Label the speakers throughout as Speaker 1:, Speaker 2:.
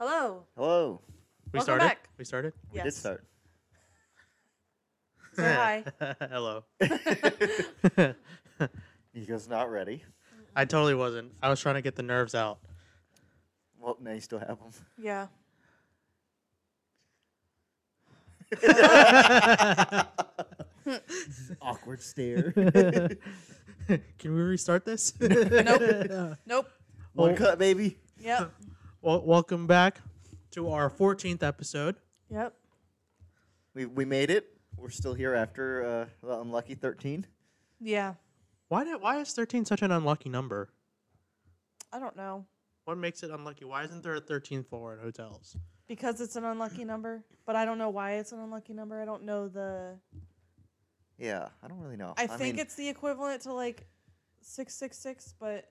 Speaker 1: Hello.
Speaker 2: Hello.
Speaker 3: We
Speaker 1: Welcome
Speaker 3: started.
Speaker 1: back.
Speaker 3: We started.
Speaker 2: We did start.
Speaker 1: Say hi.
Speaker 3: Hello.
Speaker 2: He goes, not ready.
Speaker 3: I totally wasn't. I was trying to get the nerves out.
Speaker 2: Well, now you still have him.
Speaker 1: Yeah.
Speaker 2: Awkward stare.
Speaker 3: Can we restart this?
Speaker 1: Nope. Nope.
Speaker 2: One
Speaker 3: Well-
Speaker 2: cut, baby.
Speaker 1: Yep.
Speaker 3: well, welcome back to our 14th episode.
Speaker 1: Yep.
Speaker 2: We, we made it. We're still here after uh, the unlucky 13.
Speaker 1: Yeah.
Speaker 3: Why did, Why is 13 such an unlucky number?
Speaker 1: I don't know
Speaker 3: What makes it unlucky? Why isn't there a 13th floor in hotels?
Speaker 1: because it's an unlucky number, but I don't know why it's an unlucky number. I don't know the.
Speaker 2: Yeah, I don't really know.
Speaker 1: I think
Speaker 2: mean,
Speaker 1: it's the equivalent to like six six six, but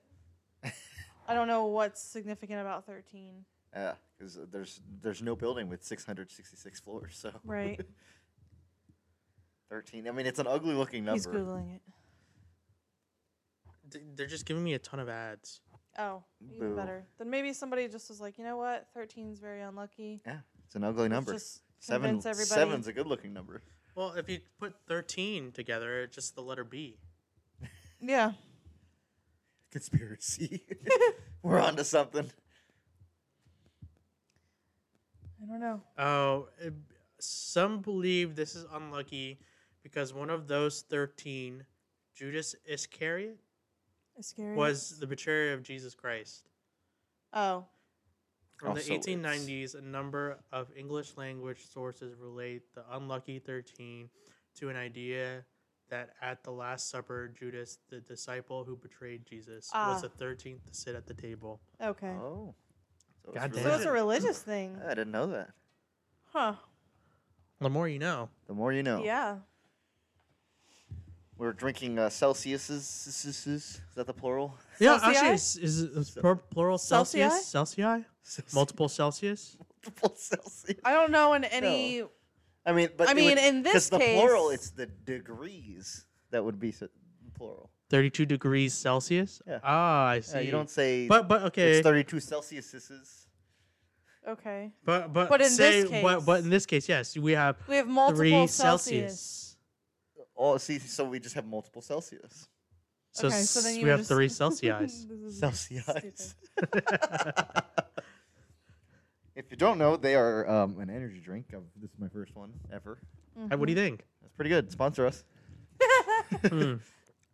Speaker 1: I don't know what's significant about thirteen.
Speaker 2: Yeah, because there's, there's no building with 666 floors, so.
Speaker 1: Right.
Speaker 2: 13. I mean, it's an ugly looking
Speaker 1: He's
Speaker 2: number.
Speaker 1: googling it.
Speaker 3: D- They're just giving me a ton of ads.
Speaker 1: Oh, even
Speaker 2: Boo.
Speaker 1: better. Then maybe somebody just was like, you know what, thirteen's very unlucky.
Speaker 2: Yeah, it's an ugly
Speaker 1: Let's
Speaker 2: number.
Speaker 1: Just
Speaker 2: Seven,
Speaker 1: convince everybody.
Speaker 2: seven's a good looking number.
Speaker 3: Well, if you put 13 together, it's just the letter B.
Speaker 1: Yeah.
Speaker 2: Conspiracy. We're on to something.
Speaker 1: I don't know.
Speaker 3: Oh, it- some believe this is unlucky because one of those 13, Judas Iscariot,
Speaker 1: It's scary.
Speaker 3: was the betrayer of Jesus Christ.
Speaker 1: oh
Speaker 3: From
Speaker 2: Also,
Speaker 3: the
Speaker 2: it's-
Speaker 3: 1890s, a number of English language sources relate the unlucky 13 to an idea that at the Last Supper, Judas, the disciple who betrayed Jesus,
Speaker 1: Ah.
Speaker 3: was the 13th to sit at the table.
Speaker 1: okay.
Speaker 2: Oh. So it's
Speaker 3: God damn.
Speaker 1: So it's
Speaker 2: religion.
Speaker 1: a religious thing.
Speaker 2: I didn't know that.
Speaker 1: Huh.
Speaker 3: The more you know.
Speaker 2: The more you know.
Speaker 1: Yeah.
Speaker 2: We're drinking uh, Celsius's. Is that the plural?
Speaker 3: Yeah,
Speaker 1: Celsius?
Speaker 3: actually, is, is, is
Speaker 2: Cel-
Speaker 3: plur- plural Celsius? Celsius?
Speaker 2: Celsius.
Speaker 3: Multiple Celsius?
Speaker 2: Multiple Celsius.
Speaker 1: I don't know in any.
Speaker 2: I mean, but
Speaker 1: I
Speaker 2: it
Speaker 1: mean,
Speaker 2: would-
Speaker 1: in
Speaker 2: 'cause
Speaker 1: this
Speaker 2: the plural,
Speaker 1: case-
Speaker 2: it's the degrees that would be s- plural.
Speaker 3: 32 degrees Celsius?
Speaker 2: Yeah.
Speaker 3: Ah, I see.
Speaker 2: Yeah, you don't say.
Speaker 3: But but okay.
Speaker 2: It's thirty-two Celsiuses.
Speaker 1: Okay.
Speaker 3: but but
Speaker 1: But in
Speaker 3: say
Speaker 1: this
Speaker 3: but, but
Speaker 1: case-
Speaker 3: in this case, yes, we have
Speaker 1: We have multiple
Speaker 3: 3
Speaker 1: Celsius.
Speaker 3: Celsius.
Speaker 2: Oh, see, so we just have multiple Celsius.
Speaker 3: So,
Speaker 1: okay, so then
Speaker 3: s-
Speaker 1: you
Speaker 3: we have
Speaker 1: just-
Speaker 3: 3 Celsius.
Speaker 1: This is
Speaker 2: Celsius.
Speaker 1: stupid.
Speaker 2: if you don't know, they are um, an energy drink. Um, this is my first one ever.
Speaker 1: Mm-hmm.
Speaker 3: Uh, What do you think?
Speaker 2: That's pretty good. Sponsor us.
Speaker 3: Hmm.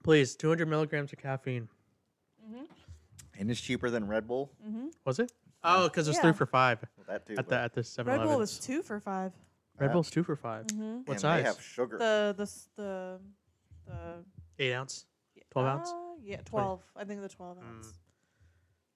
Speaker 3: Please, 200 milligrams of caffeine.
Speaker 1: Mm-hmm.
Speaker 2: And it's cheaper than Red Bull.
Speaker 3: Was it? Oh, because it's three
Speaker 1: Yeah.
Speaker 3: for five
Speaker 2: Well, that too.
Speaker 3: at
Speaker 2: but-
Speaker 3: the at the Seven
Speaker 1: Red
Speaker 3: Eleven.
Speaker 1: Bull was two for five.
Speaker 3: Red Bull's two for 5
Speaker 1: Mhm.
Speaker 3: What
Speaker 2: and
Speaker 3: size?
Speaker 2: They have sugar.
Speaker 1: The the s- the the.
Speaker 3: Eight ounce. 12 ounce?
Speaker 1: uh, yeah, twelve. I think the twelve
Speaker 2: Mm.
Speaker 1: ounce.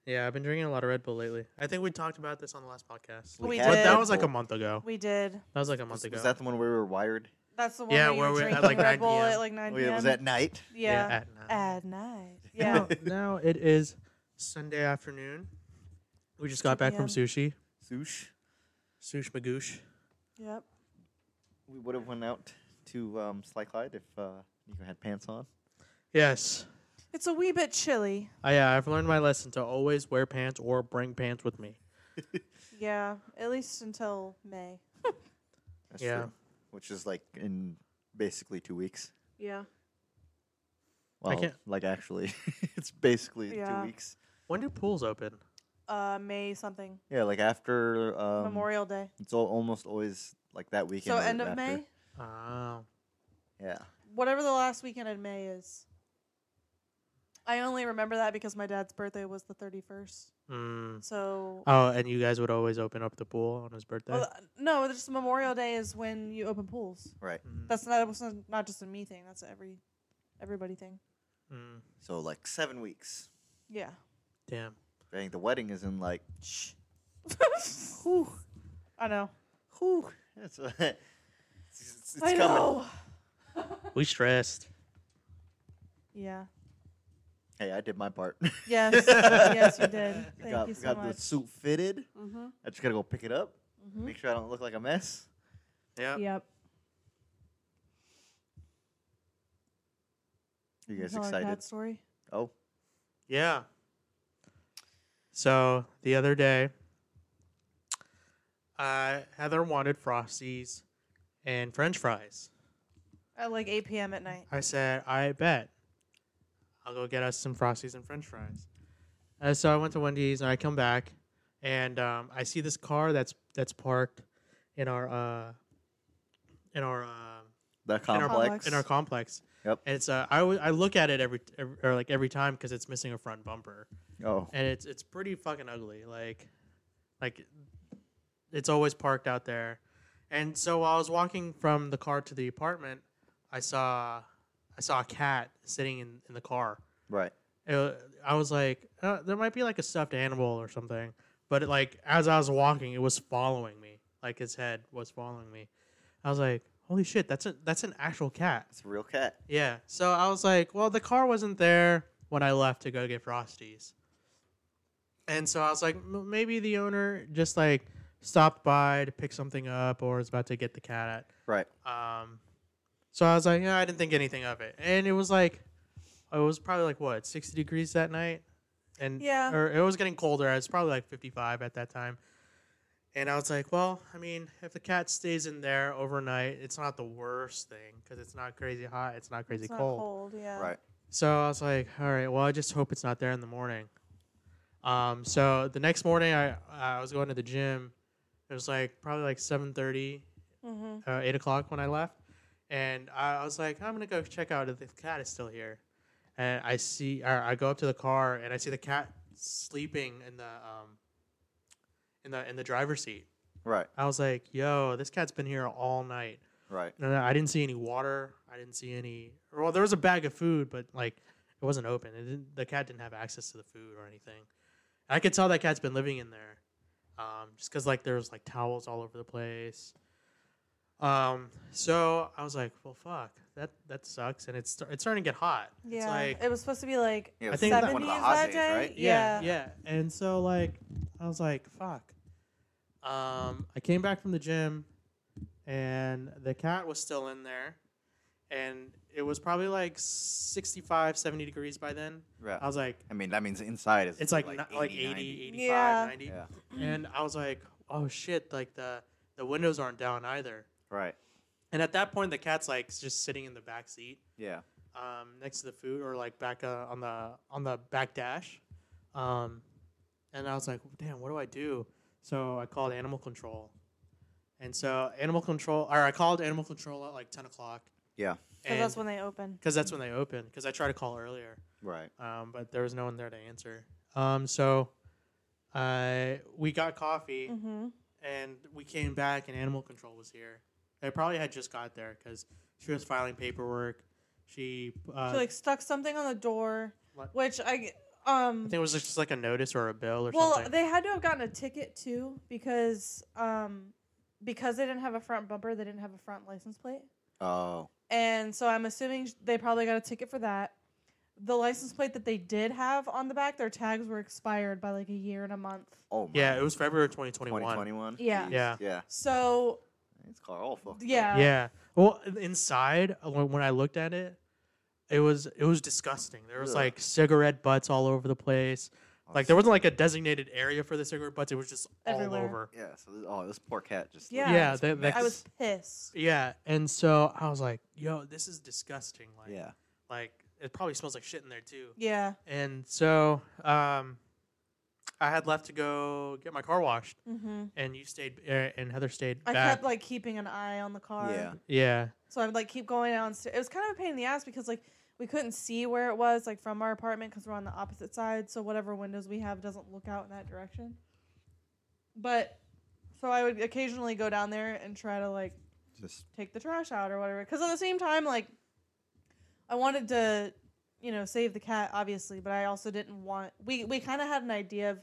Speaker 3: Yeah, I've been drinking a lot of Red Bull lately. I think we talked about this on the last podcast.
Speaker 1: We
Speaker 2: had
Speaker 3: but
Speaker 1: did.
Speaker 3: that
Speaker 2: Red
Speaker 3: was like a
Speaker 2: Bull.
Speaker 3: month ago.
Speaker 1: We did.
Speaker 3: That was like a month
Speaker 2: Was,
Speaker 3: ago.
Speaker 2: was that the one where we were wired?
Speaker 1: That's the one.
Speaker 3: Yeah,
Speaker 1: where you
Speaker 3: where
Speaker 1: were
Speaker 3: we're at,
Speaker 1: drinking
Speaker 3: like, 9
Speaker 1: Red Bull
Speaker 3: PM.
Speaker 1: at like nine
Speaker 2: Oh, yeah,
Speaker 1: p.m.
Speaker 2: it was at night.
Speaker 1: Yeah.
Speaker 3: at night.
Speaker 1: At night. Yeah.
Speaker 3: Now, now it is Sunday afternoon. We just got
Speaker 1: 2
Speaker 3: back from
Speaker 1: PM.
Speaker 3: sushi.
Speaker 2: Sush.
Speaker 3: Sush Magoosh.
Speaker 1: yep.
Speaker 2: We would have went out to um, Sly Clyde if uh, Nico had pants on.
Speaker 3: Yes.
Speaker 1: It's a wee bit chilly.
Speaker 3: I, uh, I've learned my lesson to always wear pants or bring pants with me.
Speaker 1: Yeah. At least until May.
Speaker 2: That's
Speaker 3: Yeah.
Speaker 2: true. Which is like in basically two weeks.
Speaker 1: Yeah.
Speaker 2: Well,
Speaker 3: can't-
Speaker 2: like actually, it's basically
Speaker 1: Yeah.
Speaker 2: two weeks.
Speaker 3: When do pools open?
Speaker 1: Uh, May something.
Speaker 2: Yeah, like after um,
Speaker 1: Memorial Day.
Speaker 2: It's al- almost always like that weekend.
Speaker 1: So
Speaker 2: or
Speaker 1: end of
Speaker 2: after.
Speaker 1: May.
Speaker 3: Oh.
Speaker 2: Yeah.
Speaker 1: whatever the last weekend in May is. I only remember that because my dad's birthday was the 31st.
Speaker 3: Mm.
Speaker 1: So,
Speaker 3: Oh, and you guys would always open up the pool on his birthday?
Speaker 1: well, th- no, it's just Memorial Day is when you open pools.
Speaker 2: Right.
Speaker 3: Mm,
Speaker 1: That's not that's not- not just a me thing. That's a every everybody thing.
Speaker 3: mm,
Speaker 2: So like seven weeks.
Speaker 1: Yeah.
Speaker 3: damn.
Speaker 2: I think the wedding is in like.
Speaker 1: Shh. Whew. I know.
Speaker 2: Whew. It's, it's, it's, it's
Speaker 1: I
Speaker 2: coming.
Speaker 1: know.
Speaker 3: We stressed.
Speaker 1: Yeah.
Speaker 2: Hey, I did my part.
Speaker 1: Yes. yes, you did.
Speaker 2: We
Speaker 1: Thank
Speaker 2: got,
Speaker 1: you
Speaker 2: we
Speaker 1: so
Speaker 2: got
Speaker 1: much. Hmm?
Speaker 2: the suit fitted.
Speaker 1: Mhm.
Speaker 2: I just gotta go pick it up. Make sure I don't look like a mess.
Speaker 3: Yeah.
Speaker 1: Mm-hmm. Yep.
Speaker 2: You guys
Speaker 1: Tell our
Speaker 2: excited?
Speaker 1: dad story.
Speaker 2: Oh,
Speaker 3: Yeah. So the other day, uh, Heather wanted Frosties and French fries.
Speaker 1: At like 8 p.m. at night.
Speaker 3: I said, I bet. I'll go get us some Frosties and French fries. Uh, so I went to Wendy's and I come back and um, I see this car that's that's parked in our uh, in our um,
Speaker 2: The
Speaker 3: in our-
Speaker 2: complex.
Speaker 3: in our complex.
Speaker 2: Yep.
Speaker 3: And it's uh, I always- I look at it every, every or like every time because it's missing a front bumper
Speaker 2: oh,
Speaker 3: and it's it's pretty fucking ugly. Like, like it's always parked out there. And so while I was walking from the car to the apartment, I saw I saw a cat sitting in, in the car.
Speaker 2: right.
Speaker 3: It, wa- I was like, uh, there might be like a stuffed animal or something. But it, like as I was walking, it was following me. Like its head was following me. I was like, holy shit, that's a that's an actual cat.
Speaker 2: It's a real cat.
Speaker 3: Yeah. So I was like, well, the car wasn't there when I left to go get Frosties. And so I was like, "M- maybe the owner just like stopped by to pick something up or is about to get the cat.
Speaker 2: Right.
Speaker 3: Um, so I was like, yeah, I didn't think anything of it. And it was like, it was probably like what, 60 degrees that night? And
Speaker 1: Yeah.
Speaker 3: or it was getting colder. It was probably like 55 at that time. And I was like, well, I mean, if the cat stays in there overnight, it's not the worst thing because it's not crazy hot, it's not crazy
Speaker 1: It's not
Speaker 3: cold.
Speaker 1: cold. yeah.
Speaker 2: Right.
Speaker 3: So I was like, all right, well, I just hope it's not there in the morning. Um, so the next morning, I I was going to the gym. It was like probably like 7:30,
Speaker 1: Mm-hmm.
Speaker 3: uh, eight o'clock when I left, and I, I was like, I'm gonna go check out if the cat is still here. And I see, or I go up to the car and I see the cat sleeping in the um, in the in the driver's seat.
Speaker 2: Right.
Speaker 3: I was like, yo, this cat's been here all night.
Speaker 2: Right.
Speaker 3: And I didn't see any water. I didn't see any. Well, there was a bag of food, but like it wasn't open. It didn't, the cat didn't have access to the food or anything. I could tell that cat's been living in there, um, just because like there was like towels all over the place. Um, so I was like, well, fuck, that that sucks, and it's sta- it's starting to get hot. It's
Speaker 1: Yeah.
Speaker 3: like
Speaker 1: it was supposed to be like
Speaker 2: Yeah,
Speaker 3: I
Speaker 2: it was
Speaker 3: think that-
Speaker 2: one of
Speaker 1: 70s
Speaker 2: the hot
Speaker 1: that
Speaker 2: days,
Speaker 1: day.
Speaker 2: right?
Speaker 3: yeah, yeah. And so like I was like, fuck. Um, I came back from the gym, and the cat was still in there, and it was probably like 65, 70 degrees by then.
Speaker 2: Right.
Speaker 3: I was like,
Speaker 2: I mean, that means inside is
Speaker 3: Um, it's like
Speaker 2: like
Speaker 3: like, like 80,
Speaker 2: 90.
Speaker 3: 85,
Speaker 1: Yeah.
Speaker 3: 90.
Speaker 2: Yeah.
Speaker 3: And I was like, oh shit, like the the windows aren't down either.
Speaker 2: Right.
Speaker 3: And at that point, the cat's like just sitting in the back seat
Speaker 2: Yeah.
Speaker 3: um, next to the food or like back uh, on the on the back dash, um, and I was like, "Damn, what do I do?" So I called animal control, and so animal control or I called animal control at like ten o'clock.
Speaker 2: Yeah.
Speaker 1: So that's
Speaker 3: when
Speaker 1: when they open.
Speaker 3: because that's when they open. Because I tried to call earlier,
Speaker 2: Right.
Speaker 3: um, but there was no one there to answer. Um, so I we got coffee
Speaker 1: Mm-hmm.
Speaker 3: and we came back and animal control was here. They probably had just got there because she was filing paperwork. She uh,
Speaker 1: she like stuck something on the door,
Speaker 3: What?
Speaker 1: which I
Speaker 3: I
Speaker 1: um.
Speaker 3: think it was just like a notice or a bill or
Speaker 1: Well,
Speaker 3: something.
Speaker 1: they had to have gotten a ticket too because um because they didn't have a front bumper, they didn't have a front license plate.
Speaker 2: Oh.
Speaker 1: And so I'm assuming sh- they probably got a ticket for that. The license plate that they did have on the back, their tags were expired by like a year and a month.
Speaker 2: Oh. My.
Speaker 3: yeah, it was February 2021.
Speaker 2: 2021.
Speaker 1: Yeah.
Speaker 2: Jeez.
Speaker 3: Yeah.
Speaker 2: Yeah.
Speaker 1: So
Speaker 2: It's car all fucked. up.
Speaker 1: yeah,
Speaker 3: Yeah. Well, inside uh, when when I looked at it, it was it was disgusting. There was
Speaker 2: Ugh. Oh,
Speaker 3: like cigarette butts all over the place. Like there wasn't like a designated area for the cigarette butts. It was just all
Speaker 1: Everywhere.
Speaker 3: over.
Speaker 2: Yeah. So this, oh, this poor cat just.
Speaker 1: Yeah.
Speaker 3: Yeah,
Speaker 2: it's
Speaker 3: that-
Speaker 2: a
Speaker 3: that-
Speaker 1: I
Speaker 2: mess.
Speaker 1: was pissed.
Speaker 3: Yeah, and so I was like, "Yo, this is disgusting." Like,
Speaker 2: Yeah.
Speaker 3: like it probably smells like shit in there too.
Speaker 1: Yeah.
Speaker 3: And so, um, I had left to go get my car washed,
Speaker 1: Mm-hmm.
Speaker 3: and you stayed, uh, and Heather stayed
Speaker 1: I
Speaker 3: back.
Speaker 1: kept like keeping an eye on the car.
Speaker 2: Yeah.
Speaker 3: yeah,
Speaker 1: So I would like keep going downstairs. It was kind of a pain in the ass because like we couldn't see where it was like from our apartment because we're on the opposite side. So whatever windows we have doesn't look out in that direction. But so I would occasionally go down there and try to like
Speaker 2: Just.
Speaker 1: take the trash out or whatever. Because at the same time, like I wanted to, you know, save the cat obviously, but I also didn't want. We we kind of had an idea of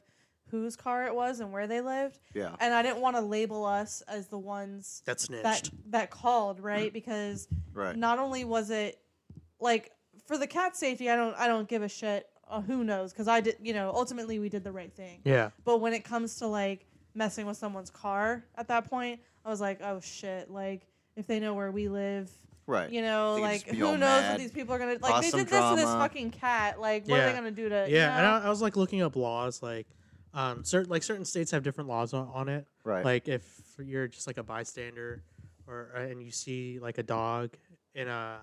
Speaker 1: whose car it was and where they lived,
Speaker 2: Yeah.
Speaker 1: and I didn't want to label us as the ones
Speaker 3: that snitched.
Speaker 1: that that called right because
Speaker 2: Mm-hmm. Right.
Speaker 1: not only was it like for the cat safety i don't i don't give a shit uh, who knows because i did you know ultimately we did the right thing
Speaker 3: yeah,
Speaker 1: but when it comes to like messing with someone's car at that point i was like oh shit like if they know where we live
Speaker 2: Right.
Speaker 1: you know
Speaker 2: They could
Speaker 1: like
Speaker 2: just be
Speaker 1: who
Speaker 2: all
Speaker 1: knows what
Speaker 2: mad,
Speaker 1: these people are gonna like
Speaker 2: cause
Speaker 1: they
Speaker 2: some
Speaker 1: did this to this
Speaker 2: drama.
Speaker 1: fucking cat like what are
Speaker 3: Yeah.
Speaker 1: they gonna do to
Speaker 3: yeah.
Speaker 1: you
Speaker 3: And
Speaker 1: know?
Speaker 3: I, I was like looking up laws, like um, certain like certain states have different laws on, on it.
Speaker 2: Right.
Speaker 3: Like if you're just like a bystander, or uh, and you see like a dog in a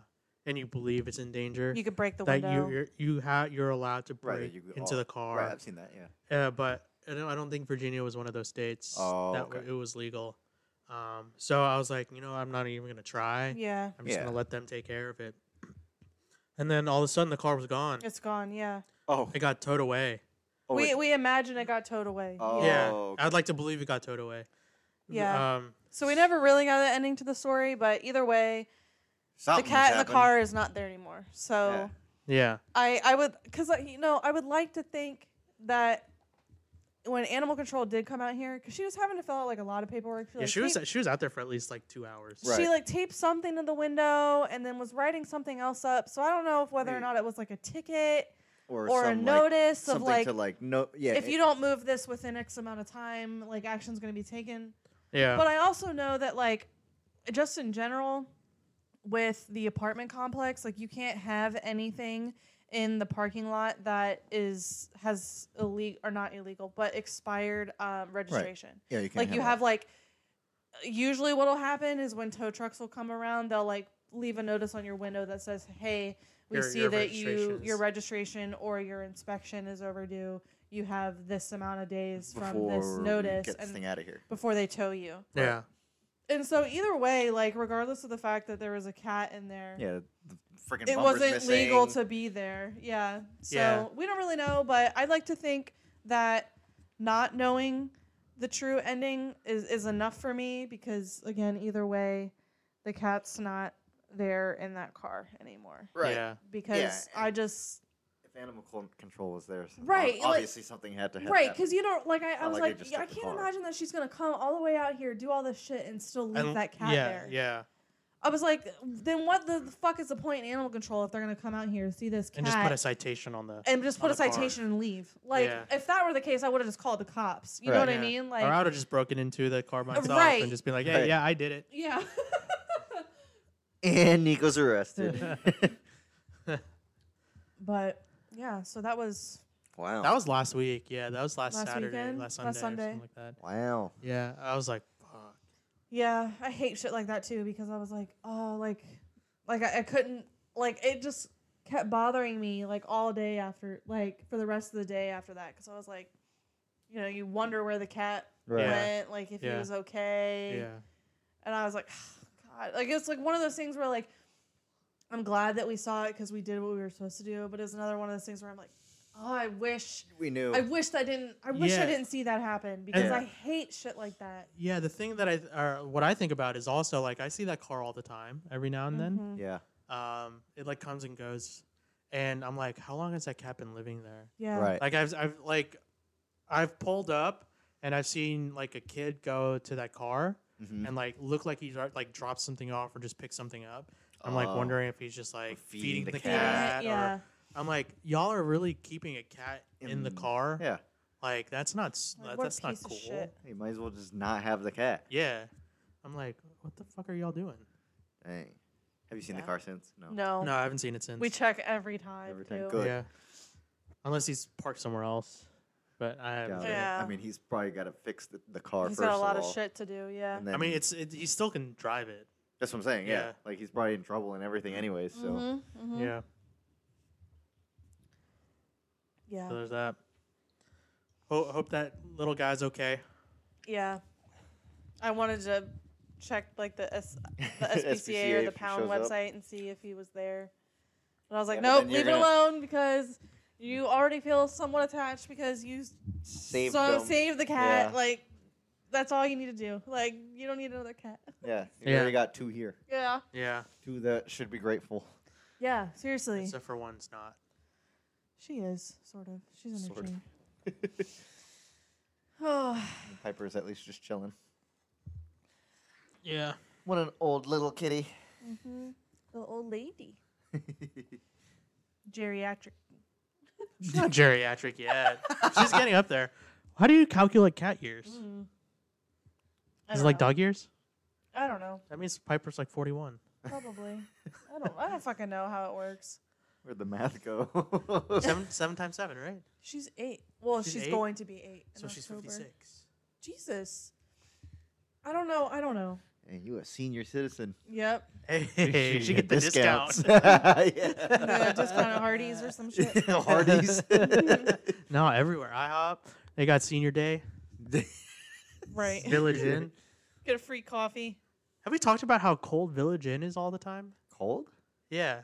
Speaker 3: and you believe it's in danger,
Speaker 1: You could break the
Speaker 3: that
Speaker 1: window.
Speaker 3: you you're, you have you're allowed to
Speaker 2: Right,
Speaker 3: break
Speaker 2: you go
Speaker 3: into
Speaker 2: off.
Speaker 3: the car.
Speaker 2: right. I've seen that. Yeah.
Speaker 3: Uh, but I don't, I don't think Virginia was one of those states
Speaker 2: Oh,
Speaker 3: that
Speaker 2: okay.
Speaker 3: w- it was legal. Um, so I was like, you know, I'm not even gonna try.
Speaker 1: yeah,
Speaker 3: I'm just
Speaker 2: Yeah.
Speaker 3: gonna let them take care of it. And then all of a sudden, the car was gone.
Speaker 1: it's gone. Yeah,
Speaker 2: Oh.
Speaker 3: It got towed away.
Speaker 2: oh
Speaker 1: we
Speaker 2: wait.
Speaker 1: we imagine it got towed away.
Speaker 2: Oh.
Speaker 1: Yeah.
Speaker 3: yeah,
Speaker 2: okay.
Speaker 3: I'd like to believe it got towed away.
Speaker 1: Yeah.
Speaker 3: Um,
Speaker 1: So we never really got an ending to the story, but either way, the
Speaker 2: Something's
Speaker 1: cat in the
Speaker 2: happened.
Speaker 1: car is not there anymore. So
Speaker 2: Yeah.
Speaker 3: yeah.
Speaker 1: I I would because you know I would like to think that when animal control did come out here because she was having to fill out like a lot of paperwork.
Speaker 3: Yeah,
Speaker 1: like,
Speaker 3: she was
Speaker 1: taped-
Speaker 3: she was out there for at least like two hours.
Speaker 2: Right.
Speaker 1: She like taped something to the window and then was writing something else up. So I don't know if whether or
Speaker 2: Wait.
Speaker 1: not it was like a ticket
Speaker 2: or,
Speaker 1: or a
Speaker 2: some, like,
Speaker 1: notice of
Speaker 2: something
Speaker 1: like
Speaker 2: to like no. Yeah.
Speaker 1: if
Speaker 2: it-
Speaker 1: you don't move this within X amount of time, like action's going to be taken.
Speaker 3: Yeah.
Speaker 1: But I also know that like just in general with the apartment complex, like you can't have anything in the parking lot that is has illegal or not illegal, but expired um, registration.
Speaker 2: yeah, you can
Speaker 1: Like you have like usually what'll happen is when tow trucks will come around, they'll like leave a notice on your window that says, "Hey, we
Speaker 3: Your-
Speaker 1: see
Speaker 3: your
Speaker 1: that you your
Speaker 3: registrations."
Speaker 1: registration or your inspection is overdue. You have this amount of days from
Speaker 2: before
Speaker 1: this notice
Speaker 2: We get this
Speaker 1: and
Speaker 2: thing out of here.
Speaker 1: before they tow you."
Speaker 3: yeah.
Speaker 1: And so either way, like regardless of the fact that there was a cat in there,
Speaker 2: Yeah. The freaking
Speaker 1: it
Speaker 2: bumper's
Speaker 1: wasn't
Speaker 2: missing.
Speaker 1: legal to be there. Yeah. So
Speaker 3: Yeah.
Speaker 1: we don't really know, but I'd like to think that not knowing the true ending is, is enough for me because again, either way, the cat's not there in that car anymore.
Speaker 2: Right.
Speaker 3: Yeah.
Speaker 1: Because I just
Speaker 2: If animal con- control was there, so
Speaker 1: Right,
Speaker 2: ob-
Speaker 1: like-
Speaker 2: Obviously, something had to happen.
Speaker 1: right because you don't like I, I
Speaker 2: not
Speaker 1: was
Speaker 2: like they
Speaker 1: like,
Speaker 2: just
Speaker 1: yeah, I
Speaker 2: took the
Speaker 1: can't
Speaker 2: car.
Speaker 1: imagine that she's gonna come all the way out here, do all this shit, and still leave
Speaker 3: And-
Speaker 1: that cat
Speaker 3: yeah,
Speaker 1: there.
Speaker 3: Yeah.
Speaker 1: I was like, then what the the fuck is the point in animal control if they're gonna come out here see this cat
Speaker 3: And just put a citation on the
Speaker 1: and just put
Speaker 3: on
Speaker 1: a
Speaker 3: the car.
Speaker 1: citation and leave? Like,
Speaker 3: Yeah.
Speaker 1: if that were the case, I would have just called the cops. You know
Speaker 2: Right.
Speaker 1: what I
Speaker 3: Yeah.
Speaker 1: mean?
Speaker 3: or I
Speaker 1: Like,
Speaker 3: would have just broken into the car myself
Speaker 1: Right.
Speaker 3: and just been like, Yeah,
Speaker 2: Right.
Speaker 3: yeah, I did it.
Speaker 1: yeah,
Speaker 2: And Nico's arrested.
Speaker 1: but yeah. So that was
Speaker 2: wow.
Speaker 3: That was last week. Yeah, that was last,
Speaker 1: Last
Speaker 3: Saturday,
Speaker 1: weekend?
Speaker 3: last Sunday,
Speaker 1: Last
Speaker 3: Or
Speaker 1: Sunday.
Speaker 3: something like that.
Speaker 2: wow.
Speaker 3: Yeah, I was like, fuck.
Speaker 1: yeah. I hate shit like that too because I was like, oh, like, like I, I couldn't like it just kept bothering me like all day after like for the rest of the day after that because I was like, you know, you wonder where the cat
Speaker 2: Right.
Speaker 3: Yeah.
Speaker 1: went, like if he
Speaker 3: Yeah.
Speaker 1: was okay.
Speaker 3: Yeah,
Speaker 1: And I was like, God, like it's like one of those things where like, I'm glad that we saw it because we did what we were supposed to do. But it's another one of those things where I'm like, oh, I wish,
Speaker 2: We knew.
Speaker 1: I wish that didn't, I wish I
Speaker 3: Yeah.
Speaker 1: didn't see that happen because
Speaker 2: Yeah.
Speaker 1: I hate shit like that.
Speaker 3: yeah. The thing that I or what I think about is also like I see that car all the time, every now and then.
Speaker 1: Mhm.
Speaker 2: yeah.
Speaker 3: Um, it like comes and goes, and I'm like, how long has that cat been living there?
Speaker 1: yeah,
Speaker 2: Right.
Speaker 3: Like I've I've like I've pulled up and I've seen like a kid go to that car
Speaker 2: Mhm.
Speaker 3: and like look like he dro- like dropped something off or just picked something up. I'm like
Speaker 2: Oh.
Speaker 3: wondering if he's just like
Speaker 2: feeding
Speaker 3: feeding,
Speaker 2: the
Speaker 3: the,
Speaker 1: Feeding it,
Speaker 3: cat.
Speaker 1: yeah.
Speaker 3: Or, I'm like, y'all are really keeping a cat in, the
Speaker 2: In-
Speaker 3: car.
Speaker 2: Mm. Yeah.
Speaker 3: Like that's not s-
Speaker 1: Like,
Speaker 3: that,
Speaker 1: what a
Speaker 3: that's not
Speaker 1: piece of
Speaker 3: cool.
Speaker 1: shit.
Speaker 2: You might as well just not have the cat.
Speaker 3: Yeah. I'm like, what the fuck are y'all doing?
Speaker 2: Dang. Have you seen
Speaker 1: Yeah.
Speaker 2: the car since? No.
Speaker 1: no,
Speaker 3: No, I haven't seen it since.
Speaker 1: we check every time.
Speaker 2: Every time.
Speaker 1: too.
Speaker 2: Good.
Speaker 3: Yeah. Unless he's parked somewhere else. But I haven't
Speaker 2: Got
Speaker 3: seen
Speaker 2: it.
Speaker 3: it.
Speaker 1: Yeah.
Speaker 2: I mean, he's probably got to fix the, the car
Speaker 1: He's
Speaker 2: first
Speaker 1: got a lot
Speaker 2: of,
Speaker 1: of
Speaker 2: all,
Speaker 1: shit to do. Yeah.
Speaker 2: and then-
Speaker 3: I mean, it's it, he still can drive it.
Speaker 2: that's what I'm saying. Yeah.
Speaker 3: yeah. Mm-hmm.
Speaker 2: Like he's probably in trouble and everything, anyways. So
Speaker 1: Mhm, mhm.
Speaker 3: Yeah.
Speaker 1: Yeah.
Speaker 3: So there's that. Ho- hope that little guy's okay.
Speaker 1: Yeah. I wanted to check like the S- the
Speaker 2: SPCA
Speaker 1: SPCA or
Speaker 2: if
Speaker 1: the
Speaker 2: it
Speaker 1: pound
Speaker 2: shows up.
Speaker 1: website and see if he was there. And I was like,
Speaker 2: Yeah, but
Speaker 1: nope,
Speaker 2: then you're
Speaker 1: leave it
Speaker 2: gonna-
Speaker 1: alone because you already feel somewhat attached because you s-
Speaker 2: Saved
Speaker 1: so
Speaker 2: them.
Speaker 1: saved the cat.
Speaker 2: Yeah.
Speaker 1: Like that's all you need to do. Like you don't need another cat.
Speaker 2: yeah, you
Speaker 3: Yeah.
Speaker 2: already got two here.
Speaker 1: Yeah.
Speaker 3: Yeah.
Speaker 2: Two that should be grateful.
Speaker 1: Yeah. Seriously,
Speaker 3: Except for one's not.
Speaker 1: she is sort of. She's in her
Speaker 2: Sort of.
Speaker 1: chair. Oh,
Speaker 2: Piper's at least just chilling.
Speaker 3: Yeah.
Speaker 2: What an old little kitty.
Speaker 1: mhm. the old lady, geriatric.
Speaker 3: She's not geriatric yet. She's getting up there. How do you calculate cat years?
Speaker 1: Mm. I
Speaker 3: Is it
Speaker 1: don't
Speaker 3: like
Speaker 1: know.
Speaker 3: dog years?
Speaker 1: I don't know.
Speaker 3: That means Piper's like 41.
Speaker 1: Probably. I don't. I don't fucking know how it works.
Speaker 2: Where'd the math go?
Speaker 3: Seven, seven times seven, right?
Speaker 1: She's eight. Well, she's,
Speaker 3: She's eight?
Speaker 1: going to be eight. in
Speaker 3: So she's
Speaker 1: October.
Speaker 3: fifty-six.
Speaker 1: Jesus. I don't know. I don't know.
Speaker 2: and you a senior citizen.
Speaker 1: Yep.
Speaker 3: Hey, she get the
Speaker 2: discounts.
Speaker 3: discount.
Speaker 1: Yeah, discount at Hardee's or some shit.
Speaker 2: yeah. Hardee's.
Speaker 3: no, everywhere. IHOP. They got senior day.
Speaker 1: Right.
Speaker 3: Village Inn.
Speaker 1: Get a free coffee.
Speaker 3: Have we talked about how cold Village Inn is all the time?
Speaker 2: Cold?
Speaker 3: Yeah.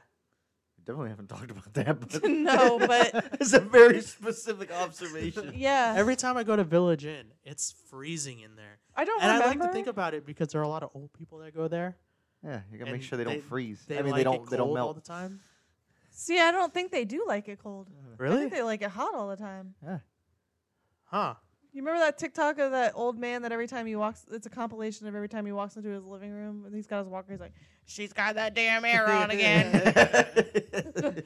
Speaker 2: We definitely haven't talked about that. But
Speaker 1: No, but-
Speaker 2: it's a very specific observation.
Speaker 1: Yeah.
Speaker 3: Every time I go to Village Inn, it's freezing in there.
Speaker 1: I don't
Speaker 3: And I
Speaker 1: remember.
Speaker 3: like to think about it because there are a lot of old people that go there.
Speaker 2: Yeah, you gotta make
Speaker 3: And
Speaker 2: sure they don't
Speaker 3: they-
Speaker 2: freeze.
Speaker 3: They
Speaker 2: I mean,
Speaker 3: like
Speaker 2: they
Speaker 3: it
Speaker 2: don't. They don't
Speaker 3: cold all
Speaker 2: melt.
Speaker 3: the time.
Speaker 1: See, I don't think they do like it cold. I
Speaker 3: Really?
Speaker 1: think they like it hot all the time.
Speaker 3: Huh.
Speaker 1: You remember that TikTok of that old man that every time he walks, it's a compilation of every time he walks into his living room and he's got his walker. He's like, "She's got that damn air on again,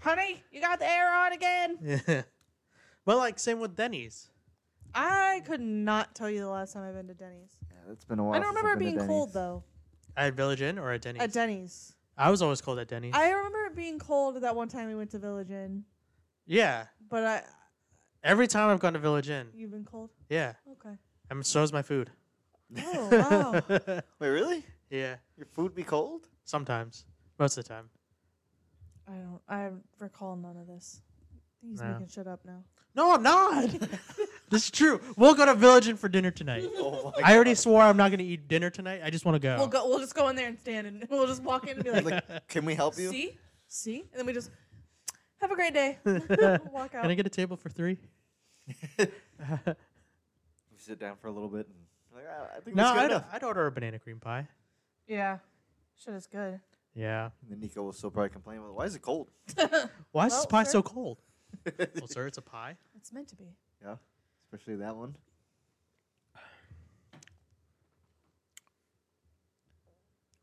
Speaker 1: honey. You got the air on again."
Speaker 3: Yeah. But like same with Denny's.
Speaker 1: I could not tell you the last time I've been to Denny's.
Speaker 2: yeah, it's been a while.
Speaker 1: I don't
Speaker 2: since I've
Speaker 1: remember it
Speaker 2: been to
Speaker 1: being cold
Speaker 2: Denny's.
Speaker 1: though.
Speaker 3: At Village Inn or at Denny's?
Speaker 1: At Denny's,
Speaker 3: I was always cold at Denny's.
Speaker 1: I remember it being cold that one time we went to Village Inn.
Speaker 3: yeah.
Speaker 1: But I,
Speaker 3: Every time I've gone to Village Inn,
Speaker 1: you've been cold.
Speaker 3: yeah.
Speaker 1: Okay.
Speaker 3: And so is my food.
Speaker 1: Oh wow.
Speaker 2: Wait, really?
Speaker 3: yeah.
Speaker 2: Your food be cold?
Speaker 3: Sometimes. Most of the time.
Speaker 1: I don't. I recall none of this. He's
Speaker 3: No.
Speaker 1: making shit up now.
Speaker 3: No, I'm not. this is true. We'll go to Village Inn for dinner tonight.
Speaker 2: Oh
Speaker 3: I already swore I'm not going to eat dinner tonight. I just want to go.
Speaker 1: We'll go. We'll just go in there and stand, and we'll just walk in and be like,
Speaker 2: Like, can we help you?
Speaker 1: "See, see," and then we just have a great day. walk out.
Speaker 3: Can I get a table for three?
Speaker 2: We sit down for a little bit. And, like, "Ah, I think
Speaker 3: no,
Speaker 2: that's good
Speaker 3: I'd,
Speaker 2: enough.
Speaker 3: I'd order a banana cream pie.
Speaker 1: yeah, shit is good.
Speaker 3: Yeah.
Speaker 2: And then Nico will still probably complain. Well, why is it cold?
Speaker 3: Why is this
Speaker 1: Well,
Speaker 3: pie
Speaker 1: sir-
Speaker 3: so cold? well, sir, it's a pie.
Speaker 1: It's meant to be.
Speaker 2: Yeah, especially that one.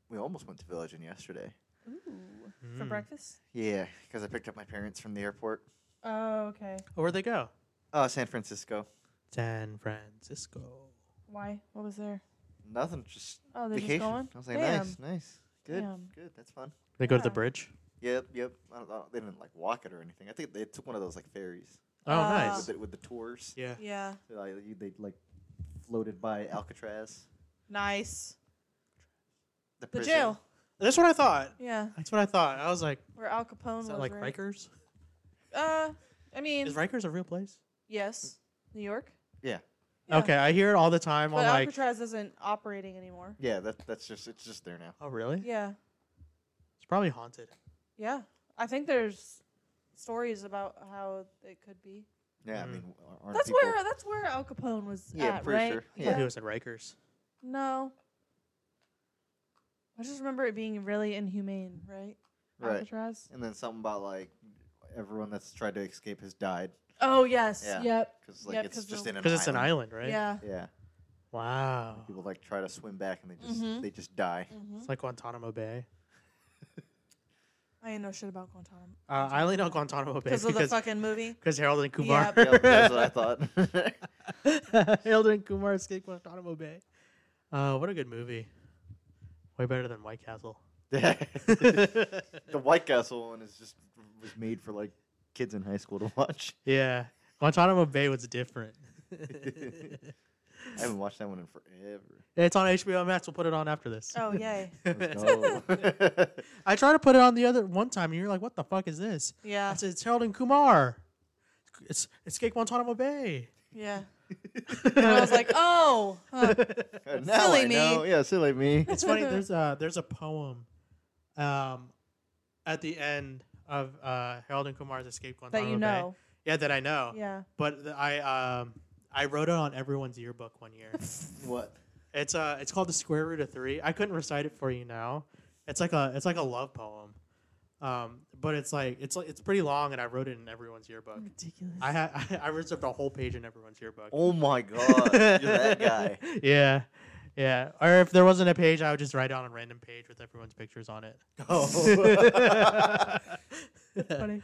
Speaker 2: We almost went to Village Inn yesterday.
Speaker 1: Ooh, for
Speaker 3: Mm.
Speaker 1: breakfast.
Speaker 2: Yeah, because I picked up my parents from the airport.
Speaker 1: Oh, okay.
Speaker 3: Oh, where'd they go?
Speaker 2: Uh, San Francisco.
Speaker 3: San Francisco.
Speaker 1: Why? What was there?
Speaker 2: Nothing, just
Speaker 1: Oh, they're
Speaker 2: vacation.
Speaker 1: just going.
Speaker 2: I was like,
Speaker 1: Damn.
Speaker 2: nice, nice, good,
Speaker 1: Damn.
Speaker 2: good. That's fun.
Speaker 3: They go to
Speaker 1: Yeah.
Speaker 3: the bridge.
Speaker 2: Yep, yep. I don't know. They didn't like walk it or anything. I think they took one of those like ferries
Speaker 3: Oh,
Speaker 1: Uh,
Speaker 3: nice.
Speaker 2: with, the, with the tours.
Speaker 3: Yeah.
Speaker 1: Yeah,
Speaker 2: So, like, you- they like floated by Alcatraz,
Speaker 1: nice.
Speaker 2: the,
Speaker 1: The
Speaker 2: prison.
Speaker 1: jail.
Speaker 3: That's what I thought.
Speaker 1: Yeah,
Speaker 3: That's what I thought. I was like,
Speaker 1: where Al Capone
Speaker 3: is
Speaker 1: was.
Speaker 3: that like
Speaker 1: right?
Speaker 3: Rikers?
Speaker 1: Uh, I mean,
Speaker 3: Is Rikers a real place?
Speaker 1: yes, New York.
Speaker 2: Yeah,
Speaker 1: Yeah.
Speaker 3: Okay, I hear it all the time
Speaker 1: But
Speaker 3: on like,
Speaker 1: Alcatraz isn't operating anymore.
Speaker 2: yeah. That that's just it's just there now.
Speaker 3: oh, really?
Speaker 1: Yeah.
Speaker 3: It's probably haunted.
Speaker 1: Yeah, I think there's stories about how it could be.
Speaker 2: Yeah, I
Speaker 3: Mm.
Speaker 2: mean, ar- aren't
Speaker 1: that's
Speaker 2: people,
Speaker 1: where uh, that's where Al Capone was
Speaker 2: Yeah,
Speaker 1: at,
Speaker 2: pretty
Speaker 1: right?
Speaker 2: sure.
Speaker 3: I thought
Speaker 2: Yeah.
Speaker 3: he was at Rikers.
Speaker 1: No, I just remember it being really inhumane, right?
Speaker 2: right?
Speaker 1: Alcatraz.
Speaker 2: And then something about like everyone that's tried to escape has died
Speaker 1: Oh yes.
Speaker 2: Yeah.
Speaker 1: Yep.
Speaker 2: because like
Speaker 1: Yep,
Speaker 2: it's
Speaker 1: 'cause
Speaker 2: just
Speaker 1: the-
Speaker 2: in an
Speaker 3: Because it's an
Speaker 2: island.
Speaker 3: island, right?
Speaker 1: Yeah.
Speaker 2: Yeah,
Speaker 3: Wow.
Speaker 2: people like try to swim back and they just
Speaker 1: Mhm.
Speaker 2: they just die.
Speaker 1: Mhm.
Speaker 3: It's like Guantanamo Bay.
Speaker 1: I ain't know shit about Guantanamo
Speaker 3: Uh, I only know Guantanamo Bay
Speaker 1: because of the
Speaker 3: because
Speaker 1: fucking movie.
Speaker 3: because Harold and Kumar.
Speaker 1: Yeah.
Speaker 2: yep, that's what I thought.
Speaker 3: Harold and Kumar escaped Guantanamo Bay. Uh, what a good movie. Way better than White Castle.
Speaker 2: the White Castle one is just was made for like kids in high school to watch.
Speaker 3: yeah, Guantanamo Bay was different.
Speaker 2: I haven't watched that one in forever.
Speaker 3: it's on HBO Max. We'll put it on after this.
Speaker 1: Oh yay.
Speaker 2: Let's go.
Speaker 3: I tried to put it on the other one time, and you're like, "What the fuck is this?" I
Speaker 1: Yeah.
Speaker 3: said, "It's Harold and Kumar. It's it's Escape Guantanamo Bay."
Speaker 1: Yeah. And I was like, oh, huh.
Speaker 2: now
Speaker 1: Silly
Speaker 2: I
Speaker 1: me.
Speaker 2: know. Yeah, silly me.
Speaker 3: it's funny. There's a there's a poem, um, at the end of uh, Harold and Kumar's Escape
Speaker 1: that
Speaker 3: Guantanamo
Speaker 1: you know.
Speaker 3: Bay. Yeah, that I know.
Speaker 1: Yeah.
Speaker 3: But th- I um I wrote it on everyone's yearbook one year.
Speaker 2: What?
Speaker 3: it's uh it's called the square root of three. I couldn't recite it for you now. It's like a it's like a love poem. Um, but it's like it's like it's pretty long, and I wrote it in everyone's yearbook.
Speaker 1: Ridiculous.
Speaker 3: I had I, I reserved a whole page in everyone's yearbook.
Speaker 2: Oh my god, you're that guy.
Speaker 3: Yeah. Yeah. Or if there wasn't a page, I would just write on a random page with everyone's pictures on it.
Speaker 2: Oh.
Speaker 1: Funny.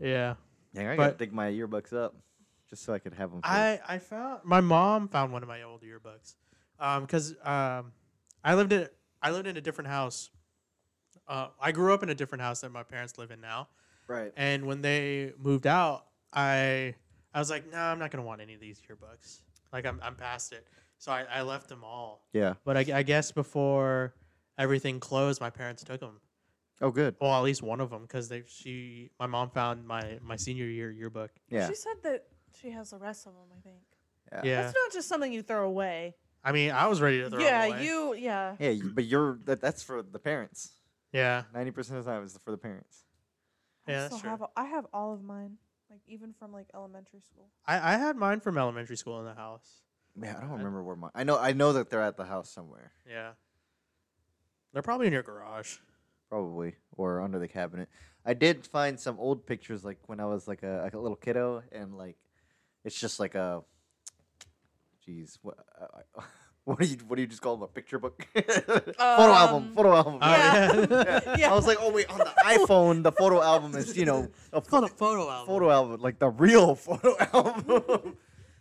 Speaker 3: yeah.
Speaker 2: Dang, I gotta
Speaker 3: But-
Speaker 2: dig my yearbooks up just so I could have them.
Speaker 3: I, I found my mom found one of my old yearbooks. Um, cause um, I lived in I lived in a different house uh, I grew up in a different house that my parents live in now.
Speaker 2: Right.
Speaker 3: And when they moved out, I I was like, no, I'm not gonna want any of these yearbooks. Like I'm I'm past it. So I, I left them all.
Speaker 2: Yeah.
Speaker 3: But I, I guess before everything closed, my parents took them.
Speaker 2: Oh, good.
Speaker 3: Well, at least one of them, because they she my mom found my my senior year yearbook.
Speaker 2: Yeah.
Speaker 1: She said that she has the rest of them. I think.
Speaker 2: Yeah.
Speaker 3: Yeah,
Speaker 1: That's not just something you throw away.
Speaker 3: I mean, I was ready to throw 'em
Speaker 1: yeah,
Speaker 3: away.
Speaker 1: you. Yeah.
Speaker 2: Yeah, you- but you're that, that's for the parents.
Speaker 3: Yeah,
Speaker 2: Ninety percent of the time is for the parents.
Speaker 3: Yeah,
Speaker 1: I
Speaker 3: that's
Speaker 1: still
Speaker 3: true.
Speaker 1: have. I have all of mine, like even from like elementary school.
Speaker 3: I I had mine from elementary school in the house.
Speaker 2: Man, I
Speaker 3: I-
Speaker 2: don't remember where my. I know. I know that they're at the house somewhere,
Speaker 3: Yeah, they're probably in your garage.
Speaker 2: probably, or under the cabinet. I did find some old pictures, like when I was like a, like a little kiddo, and like it's just like a. Jeez, what? I- I- What do you what do you just call them a picture book? photo album,
Speaker 1: Um,
Speaker 2: photo album.
Speaker 3: Oh, yeah.
Speaker 2: Yeah. I was like, oh wait, on the iPhone, the photo album is you know a
Speaker 3: Called a photo album.
Speaker 2: photo album, like the real photo album,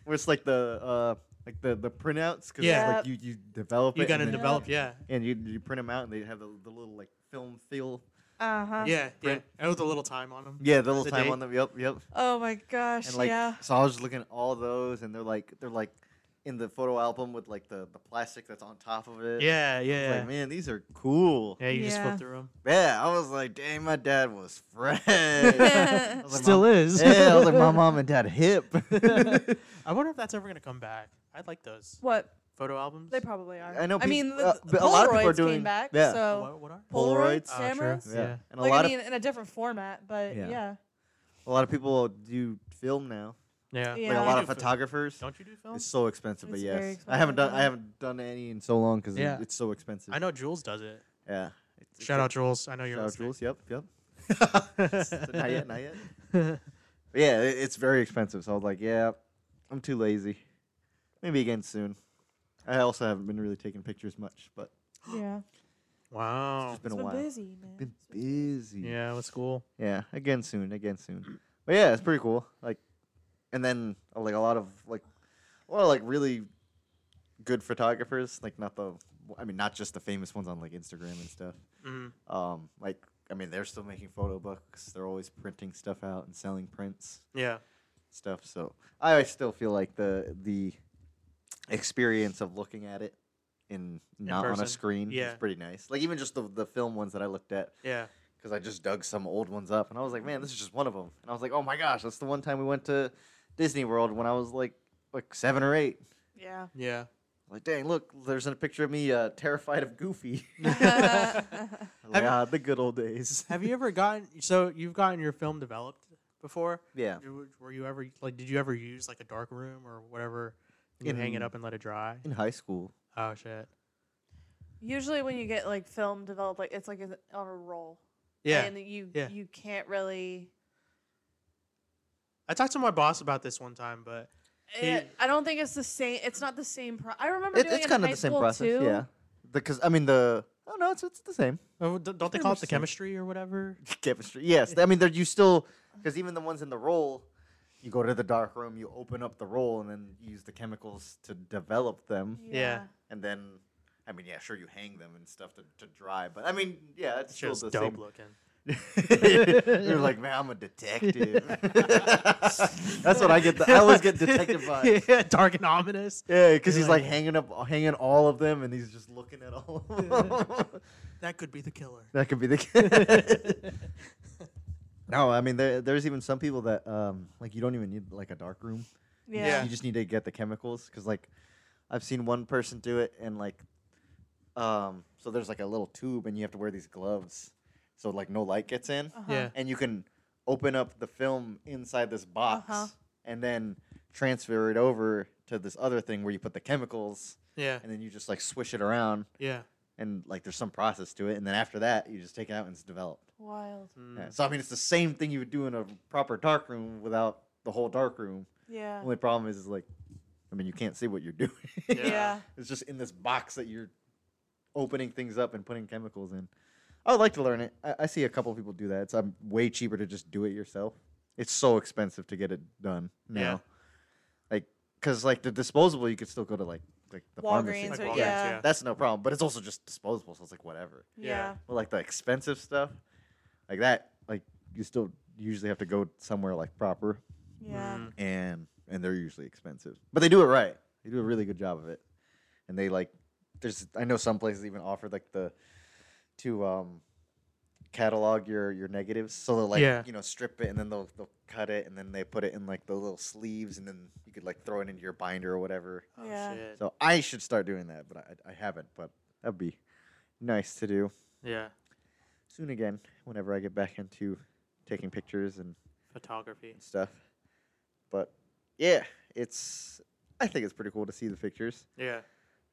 Speaker 2: where it's like the uh, like the the printouts. Cause
Speaker 3: Yeah.
Speaker 2: it's like you you develop
Speaker 3: You
Speaker 2: it
Speaker 3: gotta
Speaker 2: and then-
Speaker 3: develop. Yeah,
Speaker 2: and you you print them out, and they have the, the little like film feel.
Speaker 1: Uh
Speaker 2: Uh-huh.
Speaker 1: huh.
Speaker 3: yeah, yeah.
Speaker 2: Print.
Speaker 3: And with a little time on them.
Speaker 2: Yeah, the little
Speaker 3: The
Speaker 2: time
Speaker 3: date.
Speaker 2: on them. Yep, yep.
Speaker 1: Oh my gosh.
Speaker 2: And like,
Speaker 1: yeah.
Speaker 2: so I was just looking at all those, and they're like they're like in the photo album with like the the plastic that's on top of it.
Speaker 3: Yeah,
Speaker 2: I
Speaker 3: yeah,
Speaker 2: was
Speaker 3: yeah.
Speaker 2: Like man, these are cool.
Speaker 3: yeah you just
Speaker 1: Yeah.
Speaker 3: flip through them.
Speaker 2: Yeah, I was like, dang, my dad was fresh. I was like,
Speaker 3: Still
Speaker 2: "Mom-
Speaker 3: is.
Speaker 2: Yeah, I was like, my mom and dad hip.
Speaker 3: I wonder if that's ever gonna come back. I'd like those
Speaker 1: What
Speaker 3: photo albums.
Speaker 1: they probably are.
Speaker 2: I know
Speaker 1: I
Speaker 2: peop-
Speaker 1: mean, the,
Speaker 2: uh,
Speaker 1: the
Speaker 2: but a lot of people are
Speaker 1: Polaroids
Speaker 2: doing-
Speaker 1: came back.
Speaker 2: yeah.
Speaker 1: So
Speaker 3: what, what are?
Speaker 1: Polaroids,
Speaker 2: Polaroids? Uh,
Speaker 3: Ah, true.
Speaker 1: cameras.
Speaker 2: Yeah.
Speaker 3: Yeah.
Speaker 2: And a
Speaker 1: Like
Speaker 2: lot
Speaker 1: I
Speaker 2: of
Speaker 1: mean, in a different format, but
Speaker 2: Yeah.
Speaker 1: yeah.
Speaker 2: a lot of people do film now.
Speaker 3: Yeah.
Speaker 1: Yeah.
Speaker 2: Like a
Speaker 1: I
Speaker 2: lot
Speaker 3: do
Speaker 2: of
Speaker 3: film.
Speaker 2: photographers.
Speaker 3: Don't you do film?
Speaker 2: It's so expensive, but
Speaker 1: It's
Speaker 2: yes,
Speaker 1: very
Speaker 2: I
Speaker 1: expensive,
Speaker 2: haven't done. I
Speaker 1: yeah.
Speaker 2: haven't done any in so long because
Speaker 3: Yeah.
Speaker 2: it's so expensive.
Speaker 3: I know Jules does it.
Speaker 2: Yeah. It's- it's
Speaker 3: Shout
Speaker 2: a-
Speaker 3: out Jules. I know you're
Speaker 2: Shout out, Jules. Yep, yep.
Speaker 3: Jules.
Speaker 2: So not yet, not yet. But yeah, it, it's very expensive. So I was like, yeah, I'm too lazy. Maybe again soon. I also haven't been really taking pictures much, but
Speaker 1: Yeah.
Speaker 3: Wow.
Speaker 2: it's
Speaker 1: Oh,
Speaker 2: been
Speaker 1: it's
Speaker 2: a
Speaker 1: been
Speaker 2: while.
Speaker 1: busy, man.
Speaker 2: Been busy.
Speaker 3: Yeah, with school.
Speaker 2: Yeah, again soon, again soon. But yeah, it's pretty cool. Like, and then uh, like a lot of like, a lot of like really good photographers. Like not the, I mean not just the famous ones on like Instagram and stuff.
Speaker 3: Mm.
Speaker 2: Um, like I mean they're still making photo books. They're always printing stuff out and selling prints
Speaker 3: Yeah.
Speaker 2: stuff. So I still feel like the the experience of looking at it in not on
Speaker 3: person.
Speaker 2: a screen
Speaker 3: Yeah.
Speaker 2: is pretty nice. Like even just the the film ones that I looked at
Speaker 3: Yeah.
Speaker 2: because I just dug some old ones up, and I was like, man, this is just one of them. And I was like, oh my gosh, that's the one time we went to Disney World when I was like like seven or eight.
Speaker 1: Yeah.
Speaker 3: Yeah.
Speaker 2: Like, dang, look, there's a picture of me uh, terrified of Goofy. I was like,
Speaker 3: Have-
Speaker 2: ah, the good old days.
Speaker 3: Have you ever gotten so you've gotten your film developed before?
Speaker 2: Yeah.
Speaker 3: You- Were you ever like did you ever use like a dark room or whatever? and You hang it
Speaker 2: In-
Speaker 3: up and let it dry.
Speaker 2: Mm. In high school.
Speaker 3: Oh shit.
Speaker 1: Usually, when you get like film developed, like it's like in- on a roll.
Speaker 3: Yeah.
Speaker 1: And you
Speaker 3: yeah.
Speaker 1: you can't really.
Speaker 3: I talked to my boss about this one time, but
Speaker 1: eh,
Speaker 3: He-
Speaker 1: I don't think it's the same. It's not the same. Pro- I remember
Speaker 2: It,
Speaker 1: doing
Speaker 2: it's
Speaker 1: it in
Speaker 2: kind of
Speaker 1: high
Speaker 2: the same
Speaker 1: school,
Speaker 2: process,
Speaker 1: too.
Speaker 2: yeah. Because, I mean, the. Oh, no, it's, it's the same.
Speaker 3: oh, d- don't they
Speaker 2: pretty
Speaker 3: call
Speaker 2: much the
Speaker 3: it the
Speaker 2: same.
Speaker 3: chemistry or whatever?
Speaker 2: Chemistry. Yes. I mean, there you still. Because even the ones in the roll, you go to the dark room, you open up the roll, and then use the chemicals to develop them.
Speaker 3: Yeah.
Speaker 2: and then I mean, yeah, sure, you hang them and stuff to, to dry, but I mean, yeah, it's
Speaker 3: It's
Speaker 2: still
Speaker 3: just
Speaker 2: the
Speaker 3: dope
Speaker 2: same.
Speaker 3: looking.
Speaker 2: You're like, man, I'm a detective. That's what I get. The, I always get detective vibes.
Speaker 3: yeah, dark and ominous.
Speaker 2: Yeah, because
Speaker 3: You're
Speaker 2: he's
Speaker 3: like-
Speaker 2: like hanging up, hanging all of them, and he's just looking at all of them.
Speaker 3: That could be the killer.
Speaker 2: that could be the. no, I mean, there, there's even some people that um, like you don't even need like a dark room.
Speaker 1: Yeah.
Speaker 3: Yeah.
Speaker 2: You just need to get the chemicals because, like, I've seen one person do it, and like, um, so there's like a little tube, and you have to wear these gloves, so like no light gets in,
Speaker 1: Uh-huh.
Speaker 3: Yeah.
Speaker 2: and you can open up the film inside this box,
Speaker 1: Uh-huh.
Speaker 2: and then transfer it over to this other thing where you put the chemicals,
Speaker 3: Yeah.
Speaker 2: and then you just like swish it around,
Speaker 3: Yeah.
Speaker 2: and like there's some process to it, and then after that you just take it out and it's developed.
Speaker 1: Wild.
Speaker 2: Yeah,
Speaker 3: Mm.
Speaker 2: So I mean, it's the same thing you would do in a proper dark room without the whole dark room.
Speaker 1: Yeah.
Speaker 2: Only problem is, is like, I mean, you can't see what you're doing.
Speaker 1: Yeah.
Speaker 2: it's just in this box that you're opening things up and putting chemicals in. I would like to learn it. I, I see a couple people do that. It's um, way cheaper to just do it yourself. It's so expensive to get it done now.
Speaker 3: Yeah.
Speaker 2: Like, cause like the disposable, you could still go to like like the the pharmacy.
Speaker 1: Walgreens,
Speaker 3: Like
Speaker 1: or,
Speaker 3: Walgreens,
Speaker 1: yeah.
Speaker 3: yeah.
Speaker 2: That's no problem, but it's also just disposable, so it's like whatever.
Speaker 1: Yeah.
Speaker 3: Yeah.
Speaker 2: But like the expensive stuff, like that, like you still usually have to go somewhere like proper,
Speaker 1: Yeah.
Speaker 3: Mhm.
Speaker 2: and and they're usually expensive, but they do it right. They do a really good job of it, and they like there's I know some places even offer like the to um catalog your your negatives, so they'll like
Speaker 3: Yeah.
Speaker 2: you know strip it and then they'll they'll cut it and then they put it in like the little sleeves and then you could like throw it into your binder or whatever.
Speaker 3: Oh,
Speaker 1: Yeah.
Speaker 3: shit.
Speaker 2: So I should start doing that, but I, I haven't. But that'd be nice to do
Speaker 3: yeah.
Speaker 2: soon again whenever I get back into taking pictures and
Speaker 3: Photography.
Speaker 2: stuff. But yeah, it's I think it's pretty cool to see the pictures.
Speaker 3: Yeah.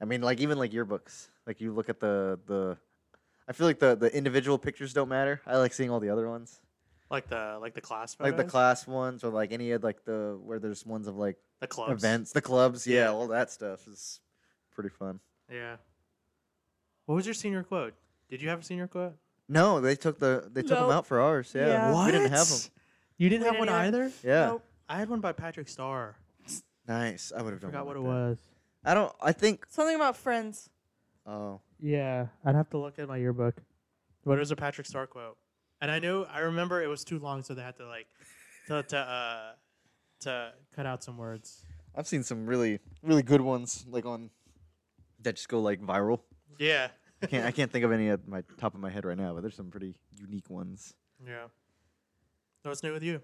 Speaker 2: I mean, like even like yearbooks, like you look at the the. I feel like the the individual pictures don't matter. I like seeing all the other ones,
Speaker 3: Like the like the class
Speaker 2: like the
Speaker 3: photos?
Speaker 2: class ones or like any of like the where there's ones of like
Speaker 3: the clubs
Speaker 2: events, the clubs. Yeah,
Speaker 3: Yeah.
Speaker 2: all that stuff is pretty fun.
Speaker 3: Yeah. What was your senior quote? Did you have a senior quote?
Speaker 2: No, they took the they took them
Speaker 1: Nope.
Speaker 2: out for ours. Yeah,
Speaker 1: Yeah.
Speaker 2: we didn't have them.
Speaker 3: Uh, You didn't
Speaker 1: We
Speaker 3: have
Speaker 1: didn't
Speaker 3: one
Speaker 1: either.
Speaker 3: either.
Speaker 2: Yeah,
Speaker 1: Nope.
Speaker 3: I had one by Patrick Starr.
Speaker 2: nice. I would have
Speaker 3: I forgot what it
Speaker 2: like that.
Speaker 3: was.
Speaker 2: I don't. I think.
Speaker 1: Something about friends.
Speaker 2: Oh,
Speaker 3: Yeah, I'd have to look at my yearbook. But it was a Patrick Starr quote, and I knew I remember it was too long, so they had to like to to uh, to cut out some words.
Speaker 2: I've seen some really really good ones like on that just go like viral.
Speaker 3: Yeah.
Speaker 2: I can't I can't think of any at my top of my head right now, but there's some pretty unique ones.
Speaker 3: Yeah. So what's new with you?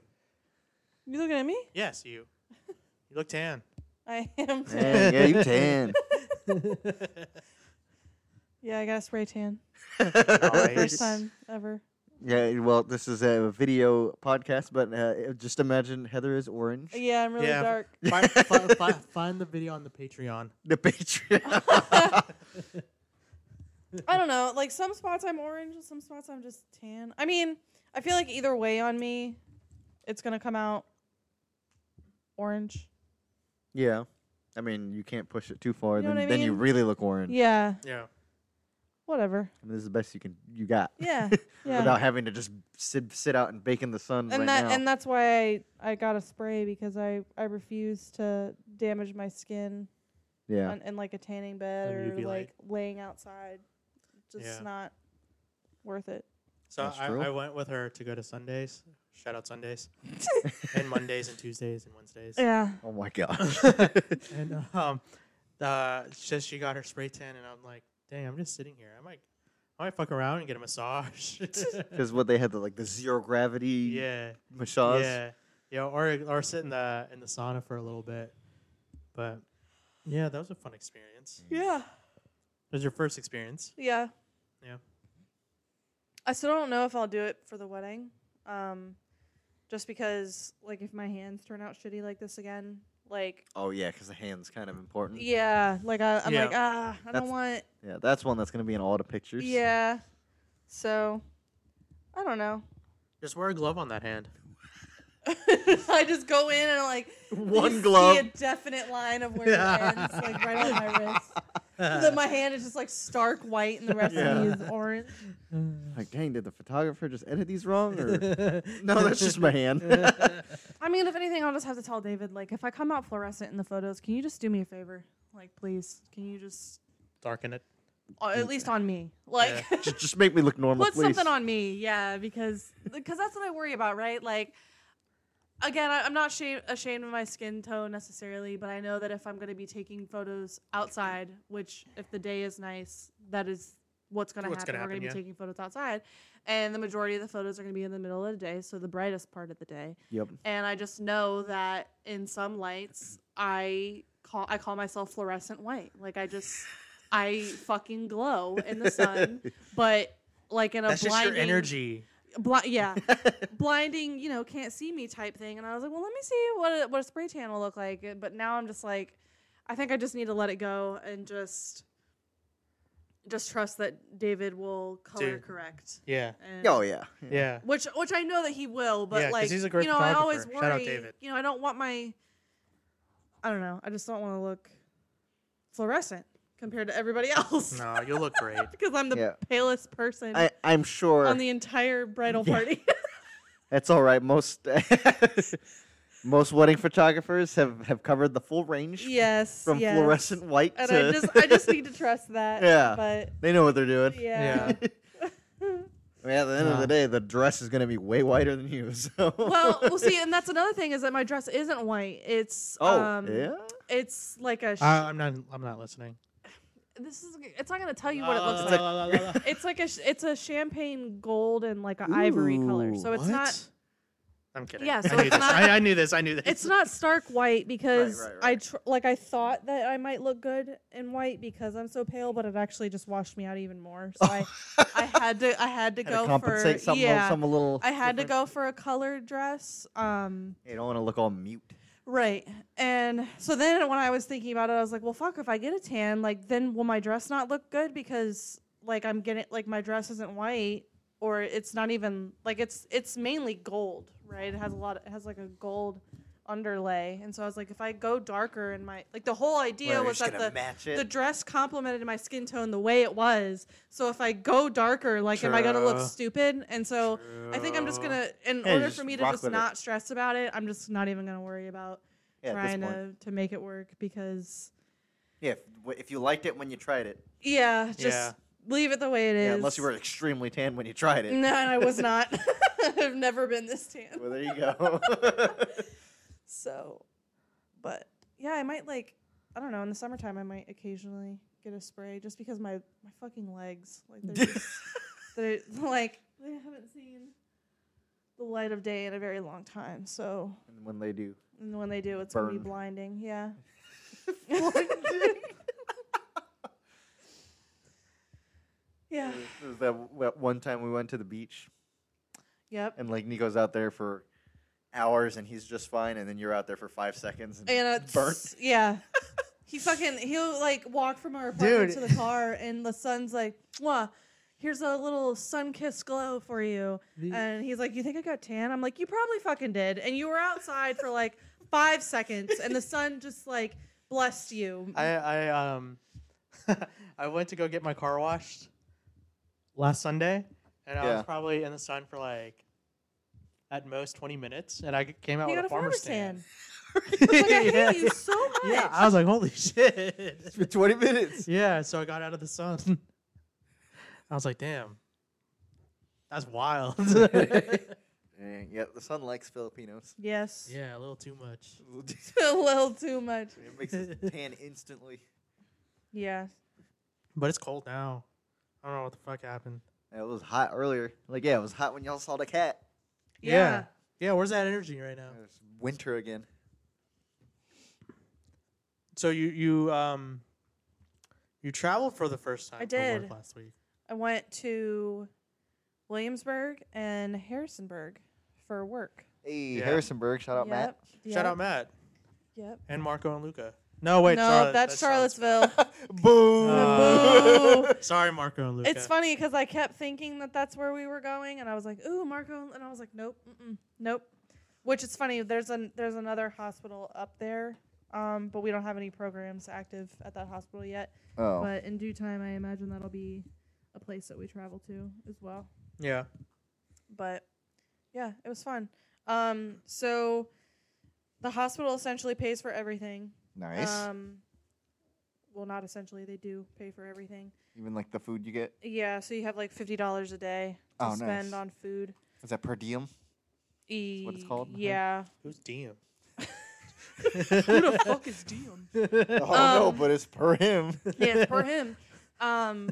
Speaker 1: You looking at me?
Speaker 3: Yes, you. You look tan.
Speaker 1: I am. Too.
Speaker 2: Dang, yeah, you tan.
Speaker 1: Yeah, I got a spray tan.
Speaker 3: Nice.
Speaker 1: First time ever.
Speaker 2: Yeah, well, this is a video podcast, but uh, just imagine Heather is orange.
Speaker 1: Oh, Yeah, I'm really
Speaker 3: Yeah.
Speaker 1: dark.
Speaker 3: find, fi- fi- find the video on the Patreon.
Speaker 2: The Patreon.
Speaker 1: I don't know. Like some spots I'm orange, some spots I'm just tan. I mean, I feel like either way on me, it's gonna come out orange.
Speaker 2: yeah, I mean you can't push it too far,
Speaker 1: You know
Speaker 2: then
Speaker 1: what I
Speaker 2: then you
Speaker 1: mean?
Speaker 2: really look orange.
Speaker 1: Yeah,
Speaker 3: Yeah.
Speaker 1: whatever.
Speaker 2: I mean, this is the best you can you got.
Speaker 1: Yeah, yeah.
Speaker 2: Without having to just sit sit out and bake in the sun
Speaker 1: and
Speaker 2: right
Speaker 1: that
Speaker 2: now.
Speaker 1: and that's why I, I got a spray because I, I refuse to damage my skin
Speaker 2: yeah.
Speaker 1: on, in like a tanning bed
Speaker 3: Under
Speaker 1: or
Speaker 3: UV light.
Speaker 1: like laying outside. Just
Speaker 3: Yeah.
Speaker 1: not worth it.
Speaker 3: So
Speaker 2: That's
Speaker 3: I,
Speaker 2: true.
Speaker 3: I went with her to go to Sundays. Shout out Sundays. and Mondays and Tuesdays and Wednesdays.
Speaker 1: Yeah.
Speaker 2: Oh my gosh.
Speaker 3: and um, uh, she, she got her spray tan, and I'm like, dang, I'm just sitting here. I might, I might fuck around and get a massage.
Speaker 2: Because what they had the like the zero gravity
Speaker 3: yeah,
Speaker 2: massage.
Speaker 3: yeah, yeah, or or sit in the in the sauna for a little bit. But yeah, that was a fun experience.
Speaker 1: Yeah.
Speaker 3: It was your first experience.
Speaker 1: Yeah.
Speaker 3: Yeah.
Speaker 1: I still don't know if I'll do it for the wedding. Um, just because, like, if my hands turn out shitty like this again, like,
Speaker 2: Oh yeah, because the hand's kind of important. Yeah.
Speaker 1: yeah, like I, I'm like, ah, I
Speaker 2: Mm. That's-
Speaker 1: don't want,
Speaker 2: that's one that's gonna be in all the pictures.
Speaker 1: yeah. So, I don't know.
Speaker 3: Just wear a glove on that hand.
Speaker 1: I just go in and I'm like, you
Speaker 2: One glove.
Speaker 1: see a definite line of where it ends, like right on my wrist. So then my hand is just like stark white, and the rest of me
Speaker 2: Yeah.
Speaker 1: is orange.
Speaker 2: Like, dang, did the photographer just edit these wrong? Or...
Speaker 3: no,
Speaker 2: no, that's just my hand.
Speaker 1: I mean, if anything, I'll just have to tell David, like, if I come out fluorescent in the photos, can you just do me a favor? Like, please, can you just,
Speaker 3: Darken it.
Speaker 1: uh, at least on me, like,
Speaker 2: just, just make me look normal,
Speaker 1: put
Speaker 2: please.
Speaker 1: something on me, yeah, because because that's what I worry about, right? Like, again, I, I'm not shame, ashamed of my skin tone necessarily, but I know that if I'm going to be taking photos outside, which if the day is nice, that is what's going to
Speaker 3: What's
Speaker 1: happen.
Speaker 3: gonna
Speaker 1: We're going to be
Speaker 3: happen,
Speaker 1: taking photos outside, and the majority of the photos are going to be in the middle of the day, so the brightest part of the day
Speaker 2: Yep.
Speaker 1: and I just know that in some lights I call I call myself fluorescent white. Like I just I fucking glow in the sun, but like in a
Speaker 3: That's just
Speaker 1: blinding
Speaker 3: your energy.
Speaker 1: bli- yeah, blinding, you know, can't see me type thing and I was like, "Well, let me see what a, what a spray tan will look like." But now I'm just like I think I just need to let it go and just just trust that David will color
Speaker 3: Dude.
Speaker 1: correct.
Speaker 3: Yeah.
Speaker 1: And
Speaker 2: Oh yeah.
Speaker 3: Yeah.
Speaker 1: which which I know that he will, but
Speaker 3: Yeah, 'cause
Speaker 1: like
Speaker 3: he's a great
Speaker 1: you know, I always worry.
Speaker 3: photographer. Shout out David.
Speaker 1: You know, I don't want my. I don't know. I just don't want to look fluorescent compared to everybody else
Speaker 3: No, you look great.
Speaker 1: because I'm the
Speaker 2: Yeah.
Speaker 1: palest person
Speaker 2: I, I'm sure
Speaker 1: on the entire bridal
Speaker 2: Yeah.
Speaker 1: party.
Speaker 2: that's all right. Most Most wedding photographers have, have covered the full range
Speaker 1: Yes.
Speaker 2: from
Speaker 1: yes.
Speaker 2: fluorescent white
Speaker 1: And
Speaker 2: to
Speaker 1: I just I just need to trust that.
Speaker 2: Yeah.
Speaker 1: But
Speaker 2: they know what they're doing.
Speaker 1: yeah.
Speaker 3: Yeah.
Speaker 2: I mean, at the end of
Speaker 3: Nah.
Speaker 2: the day, the dress is going to be way whiter than you. So.
Speaker 1: well, well, see, and that's another thing is that my dress isn't white. It's
Speaker 2: Oh
Speaker 1: um,
Speaker 2: yeah.
Speaker 1: It's like a. Sh-
Speaker 3: I, I'm not. I'm not listening.
Speaker 1: this is. It's not gonna tell you what it looks
Speaker 2: la,
Speaker 1: like.
Speaker 2: la,
Speaker 1: It's like a. sh- It's a champagne gold and like an ivory color.
Speaker 2: Ooh,
Speaker 1: So it's not.
Speaker 3: What? I'm kidding.
Speaker 1: Yeah, so
Speaker 3: I knew
Speaker 1: it's
Speaker 3: this.
Speaker 1: not-
Speaker 3: I, I knew this. I knew this.
Speaker 1: It's not stark white because
Speaker 2: right,
Speaker 1: I
Speaker 2: right.
Speaker 1: tr- like I thought that I might look good in white because I'm so pale, but it actually just washed me out even more. So I, I had to I had to
Speaker 2: Had to
Speaker 1: go
Speaker 2: compensate
Speaker 1: for
Speaker 2: some
Speaker 1: yeah.
Speaker 2: some a little.
Speaker 1: I had to
Speaker 2: different.
Speaker 1: go for a colored dress. Um,
Speaker 2: You don't want to look all mute.
Speaker 1: Right. And so then when I was thinking about it, I was like, well, fuck, if I get a tan, like, then will my dress not look good? Because, like, I'm getting, like, my dress isn't white or it's not even, like, it's, it's mainly gold, right? It has a lot, it has, like, a gold underlay. And so I was like, if I go darker in my, like, the whole idea was that the,
Speaker 2: match
Speaker 1: the dress complemented my skin tone the way it was. So if I go darker, like, am I going to look
Speaker 3: True.
Speaker 1: stupid? And so I think I'm just going to, in
Speaker 2: Yeah,
Speaker 1: order
Speaker 2: just
Speaker 1: for me to
Speaker 2: rock
Speaker 1: just
Speaker 2: with it.
Speaker 1: not stress about it, I'm just not even going to worry about
Speaker 2: yeah, at this
Speaker 1: trying
Speaker 2: point.
Speaker 1: to, to make it work because
Speaker 2: Yeah, if, w- if you liked it when you tried it.
Speaker 1: yeah, just
Speaker 3: Yeah.
Speaker 1: leave it the way it is.
Speaker 2: Yeah, unless you were extremely tan when you tried it.
Speaker 1: No, and I was not. I've never been this tan.
Speaker 2: Well, there you go.
Speaker 1: So, but yeah, I might like I don't know. In the summertime, I might occasionally get a spray just because my my fucking legs like they're just, they're like they haven't seen the light of day in a very long time. So,
Speaker 2: and when they do,
Speaker 1: and when they do, it's gonna be
Speaker 2: Burn.
Speaker 1: blinding. Yeah. yeah.
Speaker 2: it was that w- that one time we went to the beach
Speaker 1: Yep.
Speaker 2: and like Nico's out there for hours and he's just fine, and then you're out there for five seconds and,
Speaker 1: And it's
Speaker 2: burnt.
Speaker 1: Yeah. He fucking he'll like walk from our apartment
Speaker 2: Dude.
Speaker 1: to the car and the sun's like, Mwah, here's a little sun kissed glow for you. And he's like, You think I got tan? I'm like, You probably fucking did. And you were outside for like five seconds and the sun just like blessed you.
Speaker 3: I, I um I went to go get my car washed last Sunday, and I
Speaker 2: Yeah.
Speaker 3: was probably in the sun for like at most twenty minutes, and I came out
Speaker 1: you
Speaker 3: with
Speaker 1: got
Speaker 3: a farmer's
Speaker 1: tan.
Speaker 3: tan.
Speaker 1: Like, I
Speaker 3: yeah.
Speaker 1: hate you so much.
Speaker 3: Yeah, I was like, holy shit.
Speaker 2: for twenty minutes.
Speaker 3: yeah, so I got out of the sun. I was like, damn, that's wild. yeah,
Speaker 2: And yeah, the sun likes Filipinos.
Speaker 1: Yes.
Speaker 3: a little too much.
Speaker 2: it
Speaker 1: a little too much.
Speaker 2: makes his tan instantly.
Speaker 1: Yeah.
Speaker 3: But it's cold now. I don't know what the fuck happened.
Speaker 2: It was hot earlier. Like yeah, it was hot when y'all saw the cat.
Speaker 1: Yeah.
Speaker 3: Yeah, where's that energy right now?
Speaker 2: It's winter again.
Speaker 3: So you you um you traveled for the first time.
Speaker 1: I
Speaker 3: for
Speaker 1: did.
Speaker 3: work last week.
Speaker 1: I went to Williamsburg and Harrisonburg for work.
Speaker 2: Hey,
Speaker 3: Yeah.
Speaker 2: Harrisonburg, shout out Matt.
Speaker 3: Shout out Matt
Speaker 1: Yep.
Speaker 3: and Marco and Luca. No wait,
Speaker 1: no,
Speaker 3: Charlotte-
Speaker 1: that's
Speaker 3: that sounds-
Speaker 1: Charlottesville.
Speaker 2: Boo!
Speaker 1: Uh, Boo.
Speaker 3: Sorry, Marco and Luca.
Speaker 1: it's funny because I kept thinking that that's where we were going, and I was like, "Ooh, Marco," and I was like, "Nope, mm-mm, nope." Which is funny. There's an there's another hospital up there, um, but we don't have any programs active at that hospital yet.
Speaker 2: oh,
Speaker 1: But uh, in due time, I imagine that'll be a place that we travel to as well.
Speaker 3: Yeah.
Speaker 1: but yeah, it was fun. Um, so the hospital essentially pays for everything.
Speaker 2: nice.
Speaker 1: Um, well, not essentially, they do pay for everything.
Speaker 2: Even like the food you get.
Speaker 1: Yeah, so you have like fifty dollars a day to
Speaker 2: Oh, nice.
Speaker 1: spend on food.
Speaker 2: Is that per diem?
Speaker 1: E-
Speaker 2: what it's called, I think.
Speaker 1: Yeah,
Speaker 3: Who's DM?
Speaker 1: who the fuck is Dion?
Speaker 2: Oh
Speaker 1: Um,
Speaker 2: it's per him.
Speaker 1: Yeah, it's for him. Um,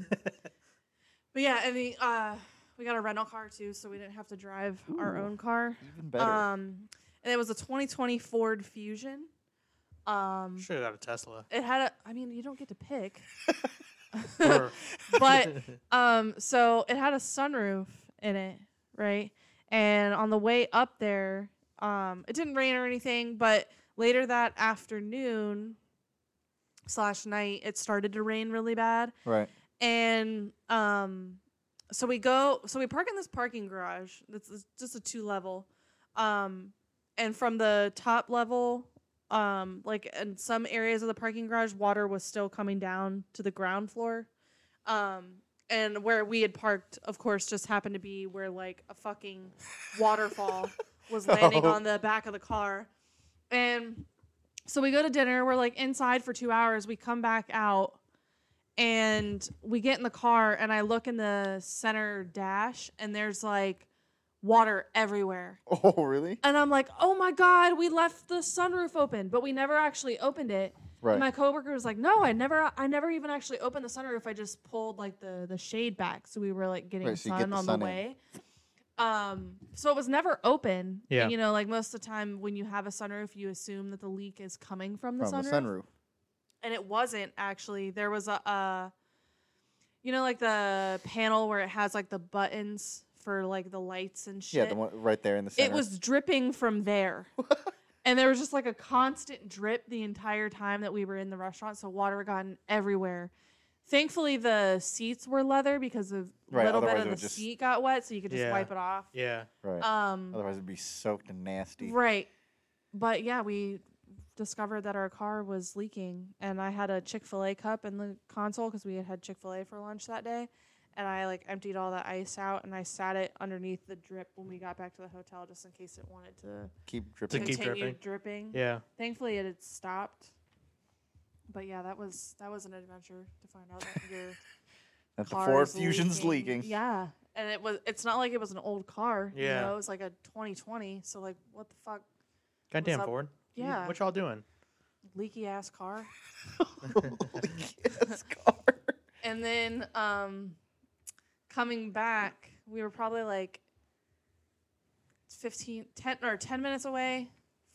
Speaker 1: but yeah, and the uh, we got a rental car too, so we didn't have to drive our
Speaker 2: Ooh.
Speaker 1: own car.
Speaker 2: Even better.
Speaker 1: Um, and it was a 2020 Ford Fusion. Um,
Speaker 3: Should have got a Tesla.
Speaker 1: it had a i mean you don't get to pick
Speaker 3: Or-
Speaker 1: but um so it had a sunroof in it right and on the way up there um it didn't rain or anything but later that afternoon slash night it started to rain really bad
Speaker 2: right.
Speaker 1: and um so we go so we park in this parking garage that's it's just a two level um and from the top level um like in some areas of the parking garage water was still coming down to the ground floor um and where we had parked of course just happened to be where like a fucking waterfall was landing
Speaker 2: Oh.
Speaker 1: on the back of the car And so we go to dinner. We're like inside for two hours. We come back out and we get in the car. And I look in the center dash and there's like water everywhere.
Speaker 2: Oh, really?
Speaker 1: And I'm like, oh my God, we left the sunroof open, but we never actually opened it.
Speaker 2: Right.
Speaker 1: And uh, my coworker was like, no, I never, I never even actually opened the sunroof. I just pulled like the the shade back, so we were like getting
Speaker 2: Right, so you
Speaker 1: sun
Speaker 2: get the
Speaker 1: on
Speaker 2: sun
Speaker 1: the
Speaker 2: in.
Speaker 1: way. Um, so it was never open.
Speaker 3: Yeah.
Speaker 1: You know, like most of the time when you have a sunroof, you assume that the leak is coming from the
Speaker 2: From
Speaker 1: sunroof,
Speaker 2: the sunroof.
Speaker 1: and it wasn't actually. There was a, uh, you know, like the panel where it has like the buttons for like the lights and shit.
Speaker 2: Yeah, the one right there in the center.
Speaker 1: It was dripping from there. and there was just like a constant drip the entire time that we were in the restaurant. So water gotten everywhere. Thankfully, the seats were leather because a
Speaker 2: Right,
Speaker 1: little bit of
Speaker 2: otherwise it
Speaker 1: the
Speaker 2: would just-
Speaker 1: seat got wet, so you could just
Speaker 3: Yeah.
Speaker 1: wipe it off.
Speaker 3: Yeah.
Speaker 2: right.
Speaker 1: Um,
Speaker 2: Otherwise, it'd be soaked and nasty.
Speaker 1: right. But yeah, we discovered that our car was leaking, and I had a Chick Fil A cup in the console because we had had Chick Fil A for lunch that day. And I like emptied all the ice out, and I sat it underneath the drip when we got back to the hotel, just in case it wanted to
Speaker 2: Keep
Speaker 3: To
Speaker 2: dripping.
Speaker 3: keep
Speaker 1: continued dripping.
Speaker 3: Yeah.
Speaker 1: Thankfully, it had stopped. But yeah, that was that was an adventure to find out that your
Speaker 2: That the
Speaker 1: car
Speaker 2: Ford
Speaker 1: is
Speaker 2: Fusion's leaking.
Speaker 1: Yeah, and it was. It's not like it was an old car.
Speaker 3: Yeah.
Speaker 1: you know? it was like a 2020. So like, what the fuck,
Speaker 3: Goddamn
Speaker 1: up?
Speaker 3: Ford. You-
Speaker 1: Yeah.
Speaker 3: What y'all doing?
Speaker 1: leaky ass car.
Speaker 2: Yes, car.
Speaker 1: And then um, coming back, we were probably like 15, 10, or 10 minutes away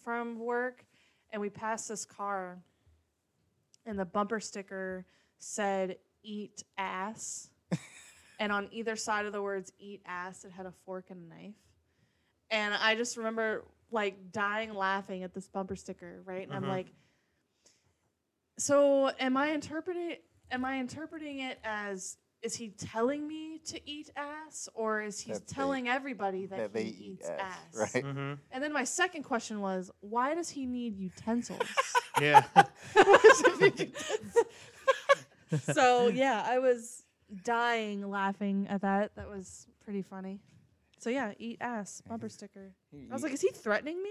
Speaker 1: from work, and we passed this car, and the bumper sticker said, Eat ass. and on either side of the words, Eat ass, it had a fork and a knife. And I just remember like dying laughing at this bumper sticker, right? And
Speaker 3: Mhm.
Speaker 1: I'm like, so am I interpreting am I interpreting it as is he telling me to eat ass or is he
Speaker 2: That they-
Speaker 1: telling everybody that,
Speaker 2: that they
Speaker 1: he
Speaker 2: eat
Speaker 1: eats ass,
Speaker 2: ass, right?
Speaker 3: Mm-hmm.
Speaker 1: And then my second question was, why does he need utensils?
Speaker 3: Yeah.
Speaker 1: so yeah, I was dying laughing at that. That was pretty funny. So yeah, eat ass bumper sticker. I was like, is he threatening me?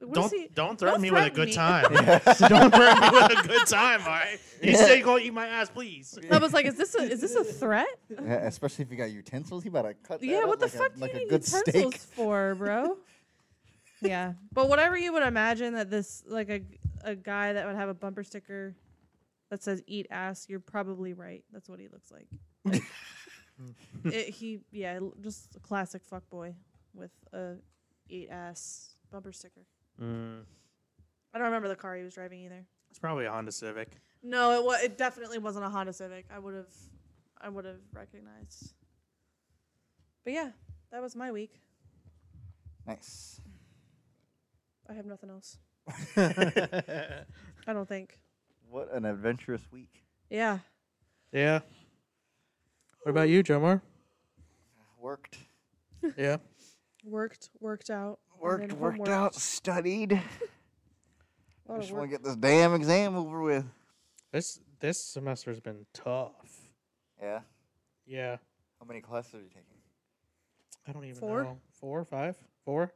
Speaker 1: Like, What is
Speaker 3: don't
Speaker 1: he?
Speaker 3: don't
Speaker 1: don't
Speaker 3: threaten me with a
Speaker 1: threaten
Speaker 3: good
Speaker 1: me.
Speaker 3: time. don't threaten me with a good time, all right? You say go eat my ass, please.
Speaker 1: I was like, is this a is this a threat?
Speaker 2: Yeah, especially if you got utensils, he better cut. that
Speaker 1: Yeah,
Speaker 2: up
Speaker 1: what the
Speaker 2: like
Speaker 1: fuck
Speaker 2: a,
Speaker 1: do
Speaker 2: like
Speaker 1: you
Speaker 2: a
Speaker 1: need
Speaker 2: good
Speaker 1: utensils
Speaker 2: steak.
Speaker 1: for, bro? yeah, but whatever you would imagine that this like a a guy that would have a bumper sticker that says "eat ass," you're probably right. That's what he looks like. it, he yeah, l- just a classic fuck boy with a "eat ass" bumper sticker.
Speaker 3: Mm.
Speaker 1: I don't remember the car he was driving either.
Speaker 3: It's probably a Honda Civic.
Speaker 1: No, it wa- it definitely wasn't a Honda Civic. I would have I would have recognized. But yeah, that was my week.
Speaker 2: Nice.
Speaker 1: I have nothing else.
Speaker 3: yeah.
Speaker 1: I don't think.
Speaker 2: What an adventurous week.
Speaker 1: Yeah.
Speaker 3: What about you, Jomar?
Speaker 2: Worked,
Speaker 3: Yeah.
Speaker 1: Worked, worked out. and
Speaker 2: worked,
Speaker 1: then
Speaker 2: worked
Speaker 1: homework.
Speaker 2: out, studied.
Speaker 1: A lot of
Speaker 2: Just want
Speaker 1: work.
Speaker 2: to get this damn exam over with.
Speaker 3: This this semester's been tough.
Speaker 2: Yeah.
Speaker 3: Yeah.
Speaker 2: How many classes are you taking?
Speaker 3: I don't even
Speaker 1: Four?
Speaker 3: know. Four, five, four.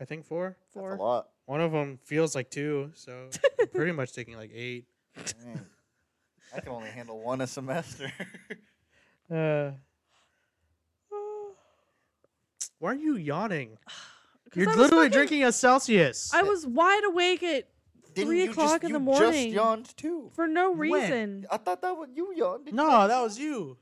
Speaker 3: I think four.
Speaker 2: That's
Speaker 1: Four.
Speaker 2: a lot.
Speaker 3: One of them feels like two, so I'm pretty much taking like eight.
Speaker 2: Man, I can only handle one a semester.
Speaker 3: Uh, why are you yawning?
Speaker 1: Uh, 'Cause I
Speaker 3: You're
Speaker 1: was
Speaker 3: literally
Speaker 1: fucking-
Speaker 3: drinking a Celsius.
Speaker 1: I was wide awake at
Speaker 2: Didn't
Speaker 1: three
Speaker 2: you just-
Speaker 1: o'clock in the
Speaker 2: you
Speaker 1: morning
Speaker 2: Just yawned too.
Speaker 1: for no
Speaker 3: When?
Speaker 1: reason.
Speaker 2: I thought that was you yawned. didn't
Speaker 3: no, that was you.
Speaker 2: you?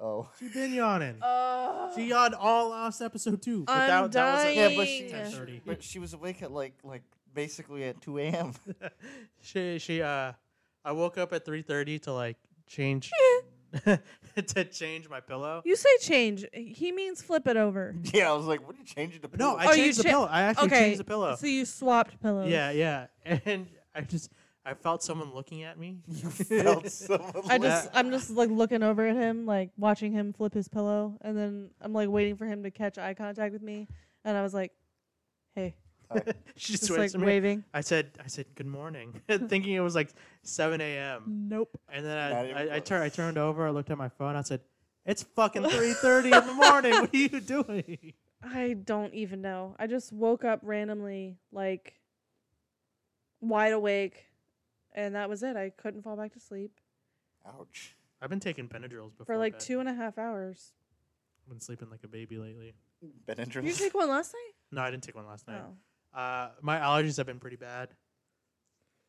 Speaker 2: Oh.
Speaker 3: She been yawning.
Speaker 1: Uh,
Speaker 3: she yawned all last episode two. but
Speaker 1: I'm
Speaker 3: that
Speaker 2: Yeah,
Speaker 3: was
Speaker 2: but she,
Speaker 1: Dang.
Speaker 2: she- but she was awake at like like basically at two a.m.
Speaker 3: she she uh, I woke up at three thirty to like change to change my pillow.
Speaker 1: you say change. He means flip it over.
Speaker 2: yeah, I was like, "What are you changing to?"
Speaker 3: No, I
Speaker 1: Oh, you
Speaker 3: changed the
Speaker 1: cha-
Speaker 3: pillow. I actually
Speaker 1: okay.
Speaker 3: changed the pillow.
Speaker 1: So you swapped pillows.
Speaker 3: Yeah, yeah. And I just I felt someone looking at me.
Speaker 2: felt someone
Speaker 1: I
Speaker 2: lick-
Speaker 1: just
Speaker 3: Yeah.
Speaker 1: I'm just like looking over at him, like watching him flip his pillow, and then I'm like waiting for him to catch eye contact with me. And I was like, Hey.
Speaker 3: she
Speaker 1: Just
Speaker 3: just
Speaker 1: like
Speaker 3: to me.
Speaker 1: waving.
Speaker 3: I said I said good morning, thinking it was like seven a.m.
Speaker 1: Nope.
Speaker 3: And then
Speaker 2: Not even
Speaker 3: I I, I,
Speaker 2: close.
Speaker 3: tur- I turned over, I looked at my phone, I said, "It's fucking three thirty in the morning. What are you doing?"
Speaker 1: I don't even know. I just woke up randomly, like wide awake, and that was it. I couldn't fall back to sleep
Speaker 2: Ouch.
Speaker 3: I've been taking Benadryls before
Speaker 1: for like
Speaker 3: bed.
Speaker 1: two and a half hours.
Speaker 3: I've been sleeping like a baby lately.
Speaker 1: Did you
Speaker 2: Benadryl.
Speaker 1: take one last night?
Speaker 3: No, I didn't take one last night.
Speaker 1: No.
Speaker 3: Uh, my allergies have been pretty bad.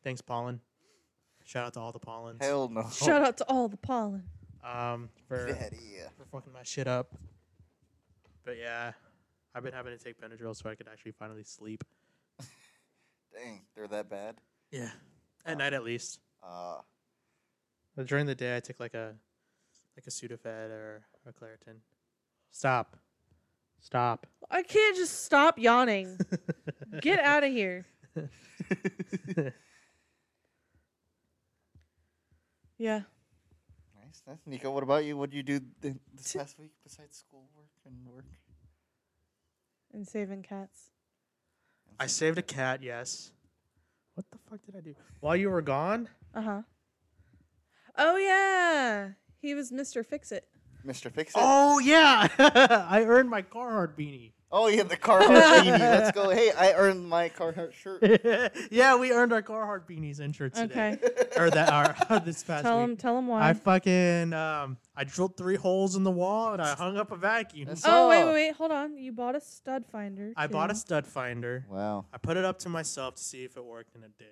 Speaker 3: Thanks, pollen. Shout out to all the pollens.
Speaker 2: Hell no.
Speaker 1: Shout out to all the pollen.
Speaker 3: Um, for
Speaker 2: Get outta here.
Speaker 3: for fucking my shit up. But yeah, I've been having to take Benadryl so I could actually finally sleep.
Speaker 2: Dang, they're that bad.
Speaker 3: Yeah, at
Speaker 2: Oh.
Speaker 3: night at least.
Speaker 2: Uh,
Speaker 3: But during the day, I take like a like a Sudafed or a Claritin. Stop. Stop.
Speaker 1: I can't just stop yawning. Get out of here. Yeah.
Speaker 2: nice, nice. Nico, what about you? What did you do th- this
Speaker 1: T-
Speaker 2: past week besides schoolwork and work?
Speaker 1: And saving cats.
Speaker 3: I saved a cat. Yes. What the fuck did I do while you were gone?
Speaker 1: Uh huh. Oh, yeah. He was Mr. Fix It.
Speaker 2: Mr. Fix It. Oh,
Speaker 3: Oh yeah, I earned my Carhartt beanie.
Speaker 2: yeah, Oh, the Carhartt beanie. Let's go. Hey, I earned my Carhartt shirt.
Speaker 3: yeah, we earned our Carhartt beanies and shirts today.
Speaker 1: Okay.
Speaker 3: Or that our this past
Speaker 1: tell
Speaker 3: week.
Speaker 1: him, tell him why.
Speaker 3: I fucking um, I drilled three holes in the wall and I hung up a vacuum.
Speaker 2: That's-
Speaker 1: oh, wait,
Speaker 2: Stop.
Speaker 1: wait, wait. Hold on. You bought a stud finder.
Speaker 3: I bought a
Speaker 1: too.
Speaker 3: stud finder.
Speaker 2: Wow.
Speaker 3: I put it up to myself to see if it worked, and it did.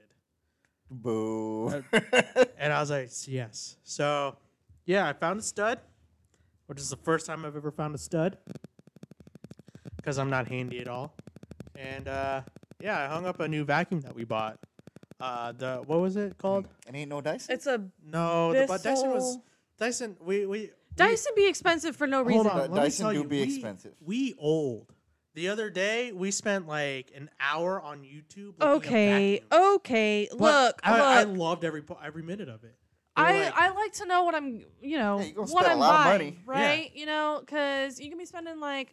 Speaker 2: Boo.
Speaker 1: Uh,
Speaker 3: And I was like, yes. So, yeah, I found a stud, which is the first time I've ever found a stud because I'm not handy at all. And uh, yeah, I hung up a new vacuum that we bought. Uh, the what was it called?
Speaker 2: and ain't no dice.
Speaker 1: It's a
Speaker 3: No, the, but Dyson was
Speaker 1: Bissell-
Speaker 3: Dyson. We we we-
Speaker 1: Dyson be expensive for no reason.
Speaker 3: Hold on,
Speaker 2: But
Speaker 3: let
Speaker 2: Dyson
Speaker 3: me tell
Speaker 2: do
Speaker 3: you,
Speaker 2: be
Speaker 3: we,
Speaker 2: expensive.
Speaker 3: We old. The other day, we spent like an hour on YouTube. looking up
Speaker 1: Okay,
Speaker 3: vacuums.
Speaker 1: okay.
Speaker 3: But
Speaker 1: look,
Speaker 3: I, I
Speaker 1: look.
Speaker 3: loved every po- every minute of it. They were
Speaker 1: I,
Speaker 3: like-
Speaker 1: I like to know what I'm, you know,
Speaker 2: Yeah, you gonna
Speaker 1: what
Speaker 2: spend a
Speaker 1: I'm
Speaker 2: lot of
Speaker 1: buying,
Speaker 2: money.
Speaker 3: Yeah.
Speaker 1: right? You know, because you can be spending like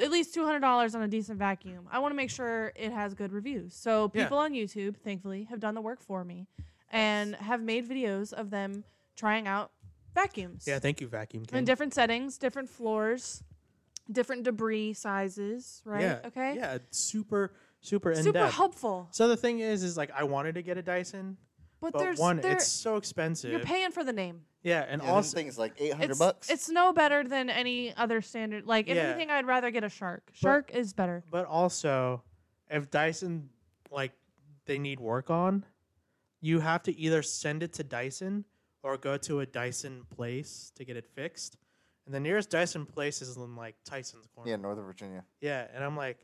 Speaker 1: at least two hundred dollars on a decent vacuum. I want to make sure it has good reviews. So
Speaker 3: Yeah.
Speaker 1: people on YouTube, thankfully, have done the work for me and have made videos of them trying out vacuums
Speaker 3: yeah, thank you, vacuum
Speaker 1: in
Speaker 3: king.
Speaker 1: different settings, different floors, different debris sizes, right?
Speaker 3: Yeah,
Speaker 1: okay,
Speaker 3: Yeah, it's super super in
Speaker 1: super
Speaker 3: depth.
Speaker 1: helpful.
Speaker 3: So the thing is, is like I wanted to get a Dyson,
Speaker 1: But,
Speaker 3: but
Speaker 1: there's
Speaker 3: one,
Speaker 1: there,
Speaker 3: it's so expensive.
Speaker 1: you're paying for the name.
Speaker 3: yeah, and
Speaker 2: yeah,
Speaker 3: also
Speaker 2: things like eight hundred
Speaker 1: It's,
Speaker 2: bucks.
Speaker 1: it's no better than any other standard. Like if
Speaker 3: Yeah.
Speaker 1: anything, I'd rather get a shark. Shark is better.
Speaker 3: but also if Dyson like they need work on, you have to either send it to Dyson or go to a Dyson place to get it fixed. And the nearest Dyson place is in like Tyson's corner.
Speaker 2: yeah, Northern Virginia.
Speaker 3: Yeah, and I'm like,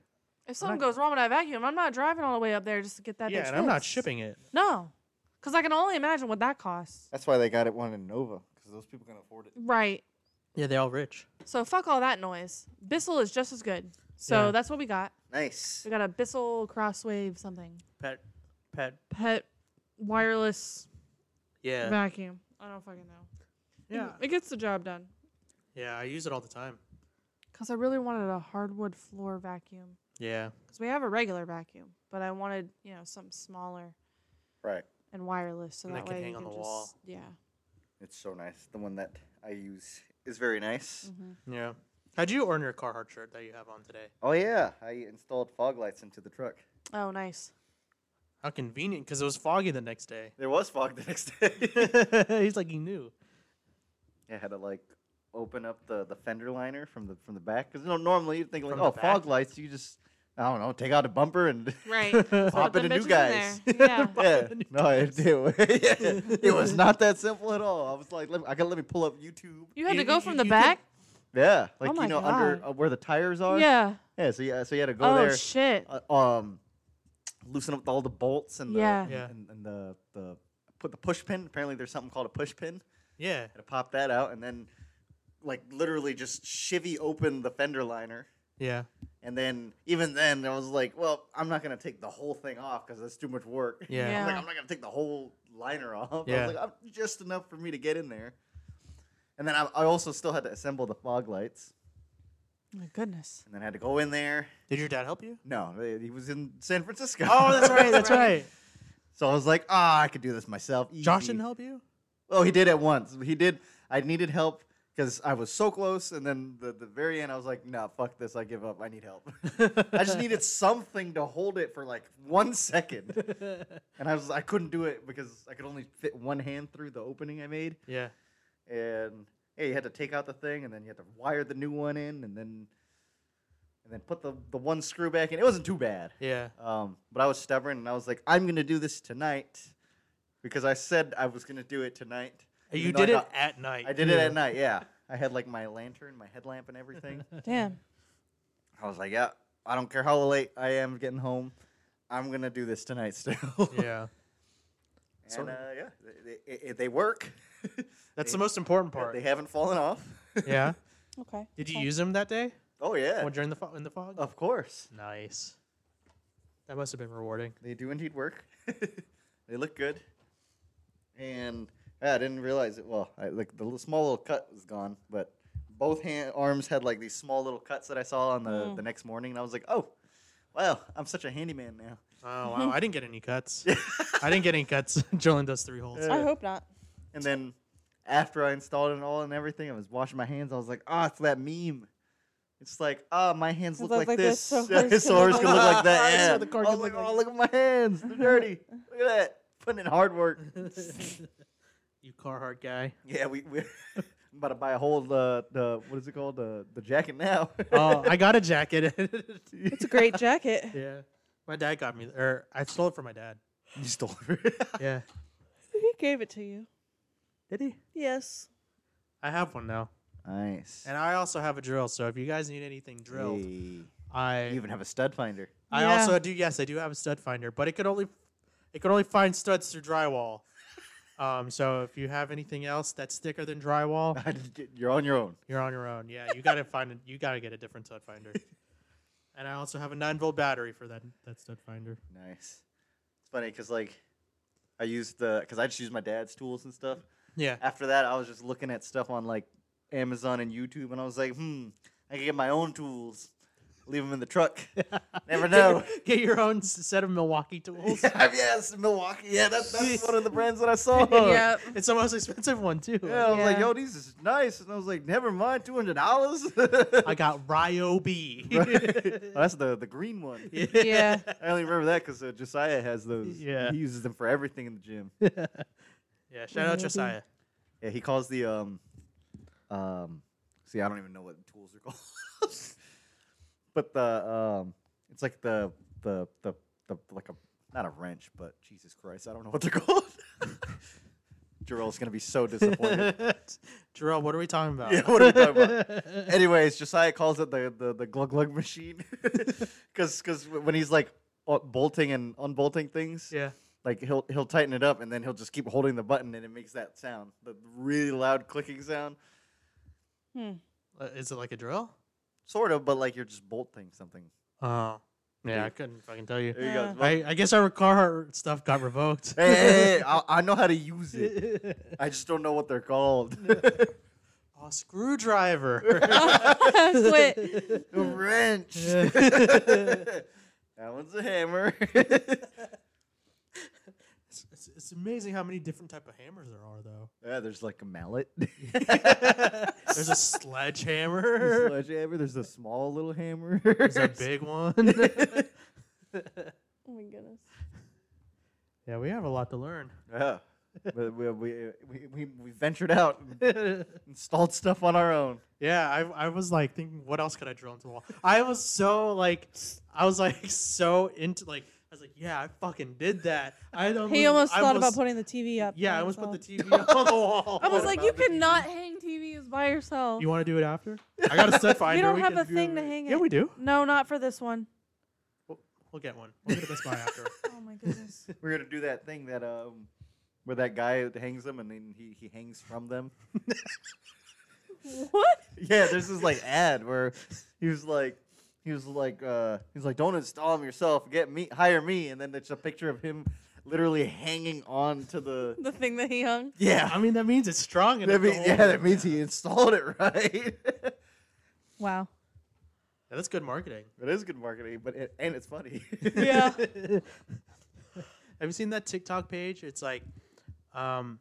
Speaker 1: If something
Speaker 3: not-
Speaker 1: goes wrong with that vacuum, I'm not driving all the way up there just to get that.
Speaker 3: yeah,
Speaker 1: bitch
Speaker 3: and I'm not
Speaker 1: fixed.
Speaker 3: shipping it.
Speaker 1: No, because I can only imagine what that costs.
Speaker 2: That's why they got it one in Nova because those people can afford it.
Speaker 1: Right.
Speaker 3: Yeah, they're all rich.
Speaker 1: So fuck all that noise. Bissell is just as good. So
Speaker 3: Yeah.
Speaker 1: that's what we got.
Speaker 2: Nice.
Speaker 1: We got a Bissell Crosswave something
Speaker 3: Pet, pet.
Speaker 1: pet wireless
Speaker 3: Yeah,
Speaker 1: vacuum. I don't fucking know. It-
Speaker 3: yeah,
Speaker 1: It gets the job done.
Speaker 3: yeah. I use it all the time.
Speaker 1: Cause I really wanted a hardwood floor vacuum.
Speaker 3: Yeah,
Speaker 1: Cause we have a regular vacuum, but I wanted you know something smaller
Speaker 2: Right.
Speaker 1: and wireless, so
Speaker 3: And
Speaker 1: that
Speaker 3: that can
Speaker 1: way
Speaker 3: hang
Speaker 1: you
Speaker 3: on
Speaker 1: can
Speaker 3: the
Speaker 1: just
Speaker 3: wall.
Speaker 1: yeah.
Speaker 2: It's so nice. The one that I use is very nice.
Speaker 3: yeah. How'd you earn your Carhartt shirt that you have on today?
Speaker 2: Oh yeah, I installed fog lights into the truck.
Speaker 1: Oh, nice.
Speaker 3: How convenient, because it was foggy the next day.
Speaker 2: There was fog the next day.
Speaker 3: He's like, he knew.
Speaker 2: I had to like open up the, the fender liner from the from the back because you know normally you think like
Speaker 3: From the
Speaker 2: oh fog
Speaker 3: back?
Speaker 2: lights you just I don't know take out a bumper and
Speaker 1: Right.
Speaker 2: pop
Speaker 1: Put
Speaker 2: in
Speaker 1: them
Speaker 2: a new
Speaker 1: bitches
Speaker 2: guys.
Speaker 1: in there. Yeah.
Speaker 2: Yeah,
Speaker 3: Pop in a new
Speaker 2: no, it, it, it was not that simple at all. I was like, let me, I gotta let me pull up YouTube.
Speaker 1: You had
Speaker 3: You-
Speaker 1: to go
Speaker 3: you-
Speaker 1: from
Speaker 3: you
Speaker 1: the
Speaker 3: could-
Speaker 1: back.
Speaker 2: Yeah, like
Speaker 1: Oh my
Speaker 2: you know under
Speaker 1: God.
Speaker 2: uh, where the tires are.
Speaker 1: Yeah.
Speaker 2: yeah. So yeah, so you had to go
Speaker 1: Oh
Speaker 2: there,
Speaker 1: shit.
Speaker 2: uh, um, loosen up all the bolts and the
Speaker 1: Yeah.
Speaker 2: and,
Speaker 3: Yeah.
Speaker 2: and, and the the put the push pin. Apparently, there's something called a push pin.
Speaker 3: Yeah.
Speaker 2: had to pop that out and then like literally just shivvy open the fender liner
Speaker 3: Yeah.
Speaker 2: and then even then i was like well i'm not gonna take the whole thing off because that's too much work I
Speaker 3: Yeah.
Speaker 2: was like,
Speaker 1: Yeah.
Speaker 2: i'm not gonna take the whole liner off i
Speaker 3: Yeah.
Speaker 2: was like I'm just enough for me to get in there and then I, I also still had to assemble the fog lights
Speaker 1: Oh My goodness.
Speaker 2: and then had to go in there
Speaker 3: Did your dad help you?
Speaker 2: no they- he was in san francisco
Speaker 3: Oh, that's right. That's right.
Speaker 1: Right.
Speaker 2: so i was like ah i could do this myself
Speaker 3: Josh
Speaker 2: easy."
Speaker 3: didn't help you?
Speaker 2: Oh, he did at once. He did. I needed help because I was so close, and then the, the very end, I was like, "Nah, fuck this! I give up. I need help. I just needed something to hold it for like one second, and I was I couldn't do it because I could only fit one hand through the opening I made,
Speaker 3: yeah.
Speaker 2: and yeah, you had to take out the thing, and then you had to wire the new one in, and then and then put the the one screw back in. It wasn't too bad.
Speaker 3: Yeah.
Speaker 2: Um, but I was stubborn, and I was like, "I'm gonna do this tonight," because I said I was gonna do it tonight.
Speaker 3: You
Speaker 2: even though I
Speaker 3: did it
Speaker 2: got-
Speaker 3: at night.
Speaker 2: I did it
Speaker 3: too.
Speaker 2: at night. Yeah, I had like my lantern, my headlamp, and everything.
Speaker 1: Damn.
Speaker 2: I was like, "Yeah, I don't care how late I am getting home. I'm gonna do this tonight still."
Speaker 3: Yeah.
Speaker 2: and uh, yeah, they, they, they work.
Speaker 3: That's
Speaker 2: They-
Speaker 3: the most important part.
Speaker 2: They haven't fallen off.
Speaker 3: yeah.
Speaker 1: Okay.
Speaker 3: Did you
Speaker 1: Well,
Speaker 3: use them that day?
Speaker 2: Oh yeah,
Speaker 3: Or during the fog? In the fog?
Speaker 2: of course.
Speaker 3: Nice. That must have been rewarding.
Speaker 2: They do indeed work. they look good. And yeah, I didn't realize it. Well, I, like the little, small little cut was gone, but both hand arms had like these small little cuts that I saw on the,
Speaker 1: Mm.
Speaker 2: the next morning, and I was like, oh, wow, I'm such a handyman now.
Speaker 3: Oh wow! I didn't get any cuts. I didn't get any cuts. Drilling does three holes.
Speaker 1: I hope not.
Speaker 2: And then after I installed it all and everything, I was washing my hands. I was like, ah, it's that meme. It's like, ah, my hands
Speaker 1: It
Speaker 2: look
Speaker 1: looks
Speaker 2: like,
Speaker 1: like
Speaker 2: this.
Speaker 1: this,
Speaker 2: So
Speaker 1: so hers can
Speaker 2: ours
Speaker 1: look
Speaker 2: can
Speaker 1: like
Speaker 2: look like
Speaker 3: that.
Speaker 2: that.
Speaker 3: So
Speaker 2: Yeah.
Speaker 3: the car
Speaker 2: I was
Speaker 3: can
Speaker 2: like,
Speaker 3: look like
Speaker 2: oh, look at my hands. They're dirty. look at that. Putting in hard work.
Speaker 3: you Carhartt guy.
Speaker 2: Yeah, we we I'm about to buy a whole uh, the what is it called the the jacket now.
Speaker 3: Oh, I got a jacket.
Speaker 1: It's a great jacket.
Speaker 3: yeah, my dad got me, or I stole it from my dad.
Speaker 2: you stole it.
Speaker 3: Yeah,
Speaker 1: He gave it to you.
Speaker 3: did he?
Speaker 1: Yes.
Speaker 3: I have one now,
Speaker 2: nice.
Speaker 3: and I also have a drill. So if you guys need anything drilled,
Speaker 2: Hey,
Speaker 3: I
Speaker 2: You even have a stud finder.
Speaker 3: I
Speaker 1: Yeah.
Speaker 3: also do. Yes, I do have a stud finder, but it could only it could only find studs through drywall. Um, so if you have anything else that's thicker than drywall,
Speaker 2: I just get- You're on your own.
Speaker 3: You're on your own. Yeah, you gotta find. A, you gotta get a different stud finder. and I also have a nine volt battery for that that stud finder.
Speaker 2: Nice. It's funny because like I used the because I just used my dad's tools and stuff.
Speaker 3: Yeah,
Speaker 2: After that, I was just looking at stuff on like Amazon and YouTube, and I was like, hmm, I can get my own tools. Leave them in the truck. Never know.
Speaker 3: get your own s- set of Milwaukee tools.
Speaker 2: yeah, yes, Milwaukee. Yeah, that, that's one of the brands that I saw.
Speaker 3: Oh.
Speaker 1: Yep.
Speaker 3: It's the most expensive one too.
Speaker 2: Yeah, I was like,
Speaker 1: Yeah.
Speaker 2: yo, these is nice. And I was like, never mind, two hundred dollars. Oh,
Speaker 3: I got Ryobi.
Speaker 2: That's the the green one.
Speaker 1: Yeah.
Speaker 2: I only remember that because uh, Josiah has those.
Speaker 3: Yeah.
Speaker 2: he uses them for everything in the gym.
Speaker 3: yeah. Shout out
Speaker 1: Ryobi.
Speaker 3: Josiah.
Speaker 2: Yeah, he calls the um, um. See, I don't even know what the tools are called, but the um, it's like the the the the like a not a wrench, but Jesus Christ, I don't know what they're called. Jarrell's gonna be so disappointed.
Speaker 3: Jarrell, what are we talking about?
Speaker 2: Yeah, what are we talking about? Anyways, Josiah calls it the the, the glug glug machine because when he's like uh, bolting and unbolting things,
Speaker 3: Yeah.
Speaker 2: like he'll he'll tighten it up and then he'll just keep holding the button and it makes that sound, the really loud clicking sound,
Speaker 1: Hmm.
Speaker 3: Uh, Is it like a drill?
Speaker 2: sort of, but like you're just bolting something.
Speaker 3: Oh. Yeah,
Speaker 2: Yeah.
Speaker 3: I couldn't fucking tell you.
Speaker 2: There you go.
Speaker 1: Yeah.
Speaker 2: Hey,
Speaker 3: I, I guess our Carhartt stuff got revoked.
Speaker 2: hey, hey, I, I know how to use it. I just don't know what they're called.
Speaker 3: A screwdriver.
Speaker 1: Quit.
Speaker 2: A wrench.
Speaker 3: Yeah.
Speaker 2: that one's a hammer.
Speaker 3: It's, it's, it's amazing how many different type of hammers there are, though.
Speaker 2: yeah, Ah, there's like a mallet.
Speaker 3: There's a sledgehammer.
Speaker 2: sledgehammer. There's a small little hammer.
Speaker 3: There's a big one.
Speaker 1: oh my goodness.
Speaker 3: yeah, we have a lot to learn.
Speaker 2: Yeah. But we, we, we, we, we ventured out and
Speaker 3: yeah,
Speaker 2: installed stuff on our own.
Speaker 3: I, I was like thinking, what else could I drill into the wall? I was so like, I was like so into like, I was like, yeah, I fucking did that. I almost,
Speaker 1: He almost
Speaker 3: I
Speaker 1: thought about
Speaker 3: almost-
Speaker 1: putting the TV up.
Speaker 3: Yeah, I
Speaker 1: by
Speaker 3: almost put the
Speaker 1: himself.
Speaker 3: TV on the wall.
Speaker 1: I was
Speaker 3: What
Speaker 1: like,
Speaker 3: about
Speaker 1: you
Speaker 3: the TV?
Speaker 1: cannot hang TVs by yourself.
Speaker 3: You want to do it after? I got a stud finder.
Speaker 1: we don't have
Speaker 3: can
Speaker 1: a
Speaker 3: do
Speaker 1: thing
Speaker 3: it.
Speaker 1: to hang
Speaker 3: Yeah,
Speaker 1: it.
Speaker 3: we do.
Speaker 1: No, not for this one.
Speaker 3: We'll get one. We'll get a Best Buy after.
Speaker 1: Oh my goodness.
Speaker 2: We're gonna do that thing that um, where that guy hangs them and then he, he hangs from them.
Speaker 1: what?
Speaker 2: yeah, there's this like ad where he was like, he was like, uh, he's like, don't install them yourself. Get me, hire me, and then it's a picture of him literally hanging on to the.
Speaker 1: The thing that he hung?
Speaker 2: Yeah,
Speaker 3: I mean, that means it's strong enough.
Speaker 2: that
Speaker 3: to
Speaker 2: mean,
Speaker 3: hold
Speaker 2: yeah,
Speaker 3: it.
Speaker 2: that means he installed it right.
Speaker 1: Wow.
Speaker 3: Yeah, that's good marketing.
Speaker 2: it is good marketing, but it, and it's funny.
Speaker 1: Yeah.
Speaker 3: Have you seen that TikTok page? It's like, um,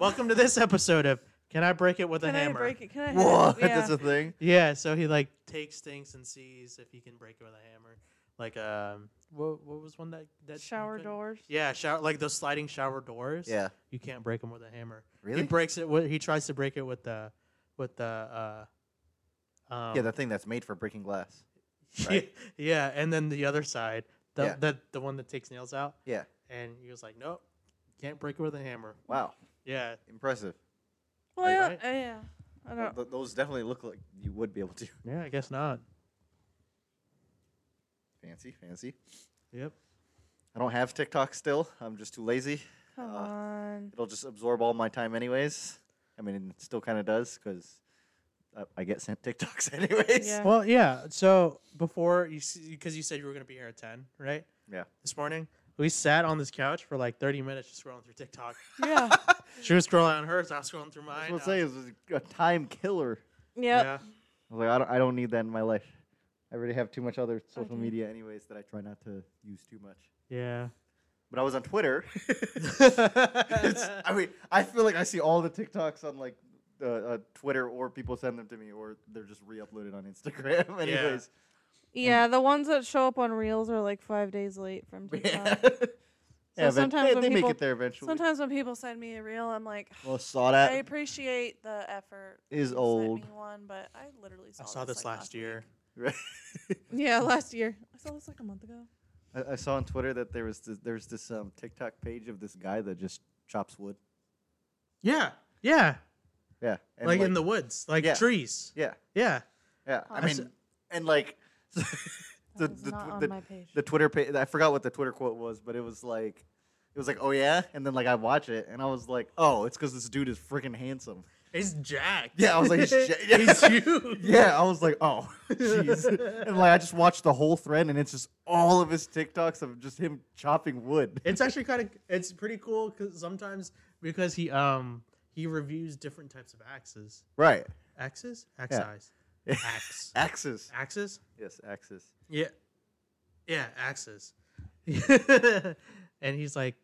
Speaker 3: welcome to this episode of Can I break it with
Speaker 1: Can
Speaker 3: a
Speaker 1: I
Speaker 3: hammer?
Speaker 1: break it? Can I? have it?"
Speaker 2: What?
Speaker 1: Yeah.
Speaker 2: That's a thing.
Speaker 3: Yeah, so he like takes things and sees if he can break it with a hammer. Like um, what what was one that that you
Speaker 1: shower
Speaker 3: couldn't-
Speaker 1: doors.
Speaker 3: Yeah, shower like those sliding shower doors.
Speaker 2: Yeah.
Speaker 3: you can't break them with a hammer.
Speaker 2: Really?
Speaker 3: He breaks it. With, he tries to break it with the with the. Uh, um,
Speaker 2: yeah, the thing that's made for breaking glass. right?
Speaker 3: yeah, and then the other side, the
Speaker 2: Yeah.
Speaker 3: the, the one that takes nails out.
Speaker 2: Yeah.
Speaker 3: and he was like, nope, can't break it with a hammer.
Speaker 2: Wow,
Speaker 3: Yeah,
Speaker 2: impressive.
Speaker 1: Well, yeah,
Speaker 3: Right?
Speaker 1: uh, yeah. I
Speaker 2: Well,
Speaker 1: don't.
Speaker 2: th- those definitely look like you would be able to.
Speaker 3: yeah, I guess not.
Speaker 2: Fancy, fancy.
Speaker 3: Yep.
Speaker 2: I don't have TikTok still. I'm just too lazy.
Speaker 1: Come
Speaker 2: uh,
Speaker 1: on.
Speaker 2: It'll just absorb all my time, anyways. I mean, it still kind of does because I, I get sent TikToks, anyways.
Speaker 1: Yeah.
Speaker 3: Well, yeah. So before you, because you said you were gonna be here at ten, right?
Speaker 2: Yeah.
Speaker 3: This morning, we sat on this couch for like thirty minutes just scrolling through TikTok.
Speaker 1: Yeah.
Speaker 3: she was scrolling on hers. I was scrolling through
Speaker 2: I
Speaker 3: mine.
Speaker 2: was
Speaker 3: I
Speaker 2: say
Speaker 3: was-
Speaker 2: it was a time killer.
Speaker 1: Yep.
Speaker 3: Yeah.
Speaker 2: I was like, I don't, I don't need that in my life. I already have too much other social
Speaker 1: do.
Speaker 2: media, anyways, that I try not to use too much.
Speaker 3: Yeah.
Speaker 2: But I was on Twitter. It's- I mean, I feel like I see all the TikToks on like uh, uh, Twitter, or people send them to me, or they're just re-uploaded on Instagram. Anyways,
Speaker 1: Yeah, the ones that show up on Reels are like five days late from TikTok.
Speaker 2: yeah.
Speaker 1: So
Speaker 2: but
Speaker 1: sometimes
Speaker 2: they,
Speaker 1: when
Speaker 2: they make
Speaker 1: people-
Speaker 2: it there eventually.
Speaker 1: Sometimes when people send me a reel, I'm like,
Speaker 2: well, saw
Speaker 3: Uh,
Speaker 1: I
Speaker 2: that
Speaker 1: appreciate the effort.
Speaker 2: is
Speaker 1: You
Speaker 2: old.
Speaker 1: Sent me one, but I literally saw.
Speaker 3: I saw this
Speaker 1: like,
Speaker 3: last year.
Speaker 2: Right.
Speaker 1: week. Yeah, last year. I saw this like a month ago.
Speaker 2: I, I saw on Twitter that there was this, there's this um, TikTok page of this guy that just chops wood.
Speaker 3: Yeah. Yeah.
Speaker 2: Yeah, and
Speaker 3: like, in the woods, like
Speaker 2: Yeah.
Speaker 3: trees.
Speaker 2: yeah,
Speaker 3: Yeah.
Speaker 2: yeah.
Speaker 1: I
Speaker 2: I mean,
Speaker 3: s-
Speaker 2: and like the
Speaker 1: That
Speaker 2: the,
Speaker 1: was
Speaker 2: tw-
Speaker 1: not on
Speaker 2: the,
Speaker 1: my page.
Speaker 2: the Twitter page. I forgot what the Twitter quote was, but it was like, it was like, oh yeah, and then like I watch it, and I was like, oh, it's because this dude is freaking handsome.
Speaker 3: He's jacked.
Speaker 2: Yeah, I was like, he's ja-
Speaker 3: he's huge.
Speaker 2: Yeah, I was like, oh, jeez. and like I just watched the whole thread, and it's just all of his TikToks of just him chopping wood.
Speaker 3: It's actually kind of it's pretty cool because sometimes because he um he reviews different types of axes.
Speaker 2: Right.
Speaker 3: Axes? Axis.
Speaker 2: Yeah.
Speaker 3: Axe.
Speaker 2: Axis.
Speaker 3: axes?
Speaker 2: Yes, axis.
Speaker 3: Yeah. Yeah, axes. and he's like,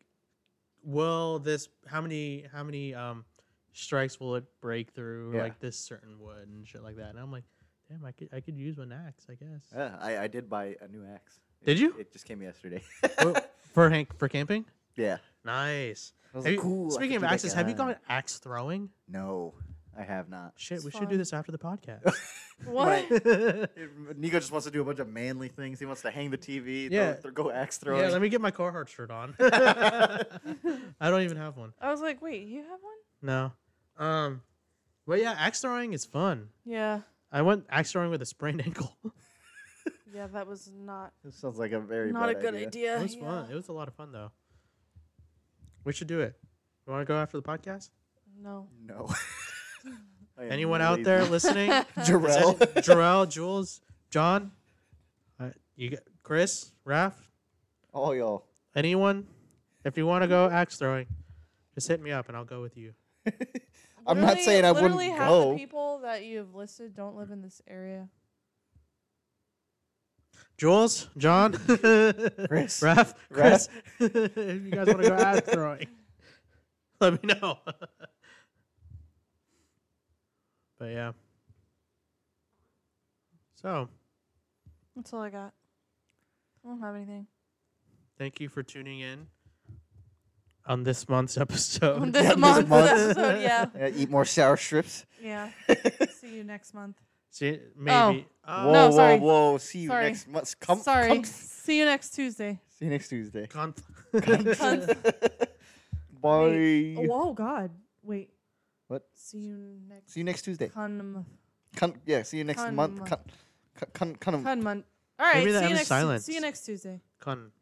Speaker 3: "Well, this how many how many um strikes will it break through
Speaker 2: Yeah.
Speaker 3: like this certain wood and shit like that?" And I'm like, "Damn, I could I could use an axe, I guess."
Speaker 2: Yeah, I, I did buy a new axe.
Speaker 3: Did
Speaker 2: It-
Speaker 3: you?
Speaker 2: It just came yesterday.
Speaker 3: Well, for Hank for camping?
Speaker 2: yeah.
Speaker 3: Nice.
Speaker 2: I was
Speaker 3: Have
Speaker 2: like,
Speaker 3: you-
Speaker 2: cool. I
Speaker 3: speaking
Speaker 2: could
Speaker 3: of
Speaker 2: do that
Speaker 3: axes, have you
Speaker 2: guy.
Speaker 3: gone axe throwing?
Speaker 2: No, I have not.
Speaker 3: Shit,
Speaker 1: It's
Speaker 3: we should
Speaker 1: fine.
Speaker 3: do this after the podcast.
Speaker 1: what?
Speaker 2: Right.
Speaker 3: yeah,
Speaker 2: If- Nico just wants to do a bunch of manly things. He wants to hang the TV.
Speaker 3: Yeah.
Speaker 2: Yeah. Throw, go axe throwing.
Speaker 3: let me get my Carhartt shirt on. I don't even have one.
Speaker 1: I was like, wait, you have one?
Speaker 3: No. Um, but yeah, axe throwing is fun.
Speaker 1: Yeah.
Speaker 3: I went axe throwing with a sprained ankle.
Speaker 1: Yeah, that was not
Speaker 2: This sounds like a very
Speaker 1: not a
Speaker 2: bad
Speaker 1: good
Speaker 2: idea.
Speaker 1: idea.
Speaker 3: it was
Speaker 1: yeah.
Speaker 3: fun. It was a lot of fun though. We should do it. You want to go after the podcast?
Speaker 1: No.
Speaker 2: No. I am
Speaker 3: Anyone out there
Speaker 2: lazy.
Speaker 3: listening? Is any-
Speaker 2: Jarrell.
Speaker 3: Jarrell, Jules, John, uh, you got Chris, Raph,
Speaker 2: All y'all.
Speaker 3: anyone? If you want to go axe throwing, just hit me up and I'll go with you.
Speaker 2: I'm not
Speaker 1: Literally-
Speaker 2: saying I wouldn't
Speaker 1: literally half
Speaker 2: go.
Speaker 1: The people that you've listed don't live in this area.
Speaker 3: Jules, John,
Speaker 2: Chris.
Speaker 3: Raph, Chris. if you guys want to go axe throwing, let me know. but yeah. So
Speaker 1: That's all I got. I don't have anything.
Speaker 3: thank you for tuning in on this month's episode.
Speaker 1: this
Speaker 2: this
Speaker 1: month's
Speaker 2: month.
Speaker 1: episode, yeah.
Speaker 2: Uh, eat more sour strips.
Speaker 1: Yeah. See you next month.
Speaker 3: See, maybe. Uh,
Speaker 2: whoa,
Speaker 1: No,
Speaker 2: whoa,
Speaker 1: sorry.
Speaker 2: whoa. See you
Speaker 1: Sorry.
Speaker 2: next month. Come,
Speaker 1: Sorry.
Speaker 2: come-
Speaker 1: See you next Tuesday.
Speaker 2: see you next Tuesday.
Speaker 3: Conf-
Speaker 2: Bye.
Speaker 1: Oh God! Wait.
Speaker 2: What?
Speaker 1: See you next.
Speaker 2: See you next Tuesday.
Speaker 1: Con
Speaker 2: Con- yeah, see you next
Speaker 1: Con-
Speaker 2: month. Con- con- con-
Speaker 1: con month. All right.
Speaker 3: Maybe that
Speaker 1: see you
Speaker 3: was
Speaker 1: next.
Speaker 3: silence.
Speaker 1: See you next Tuesday.
Speaker 3: con-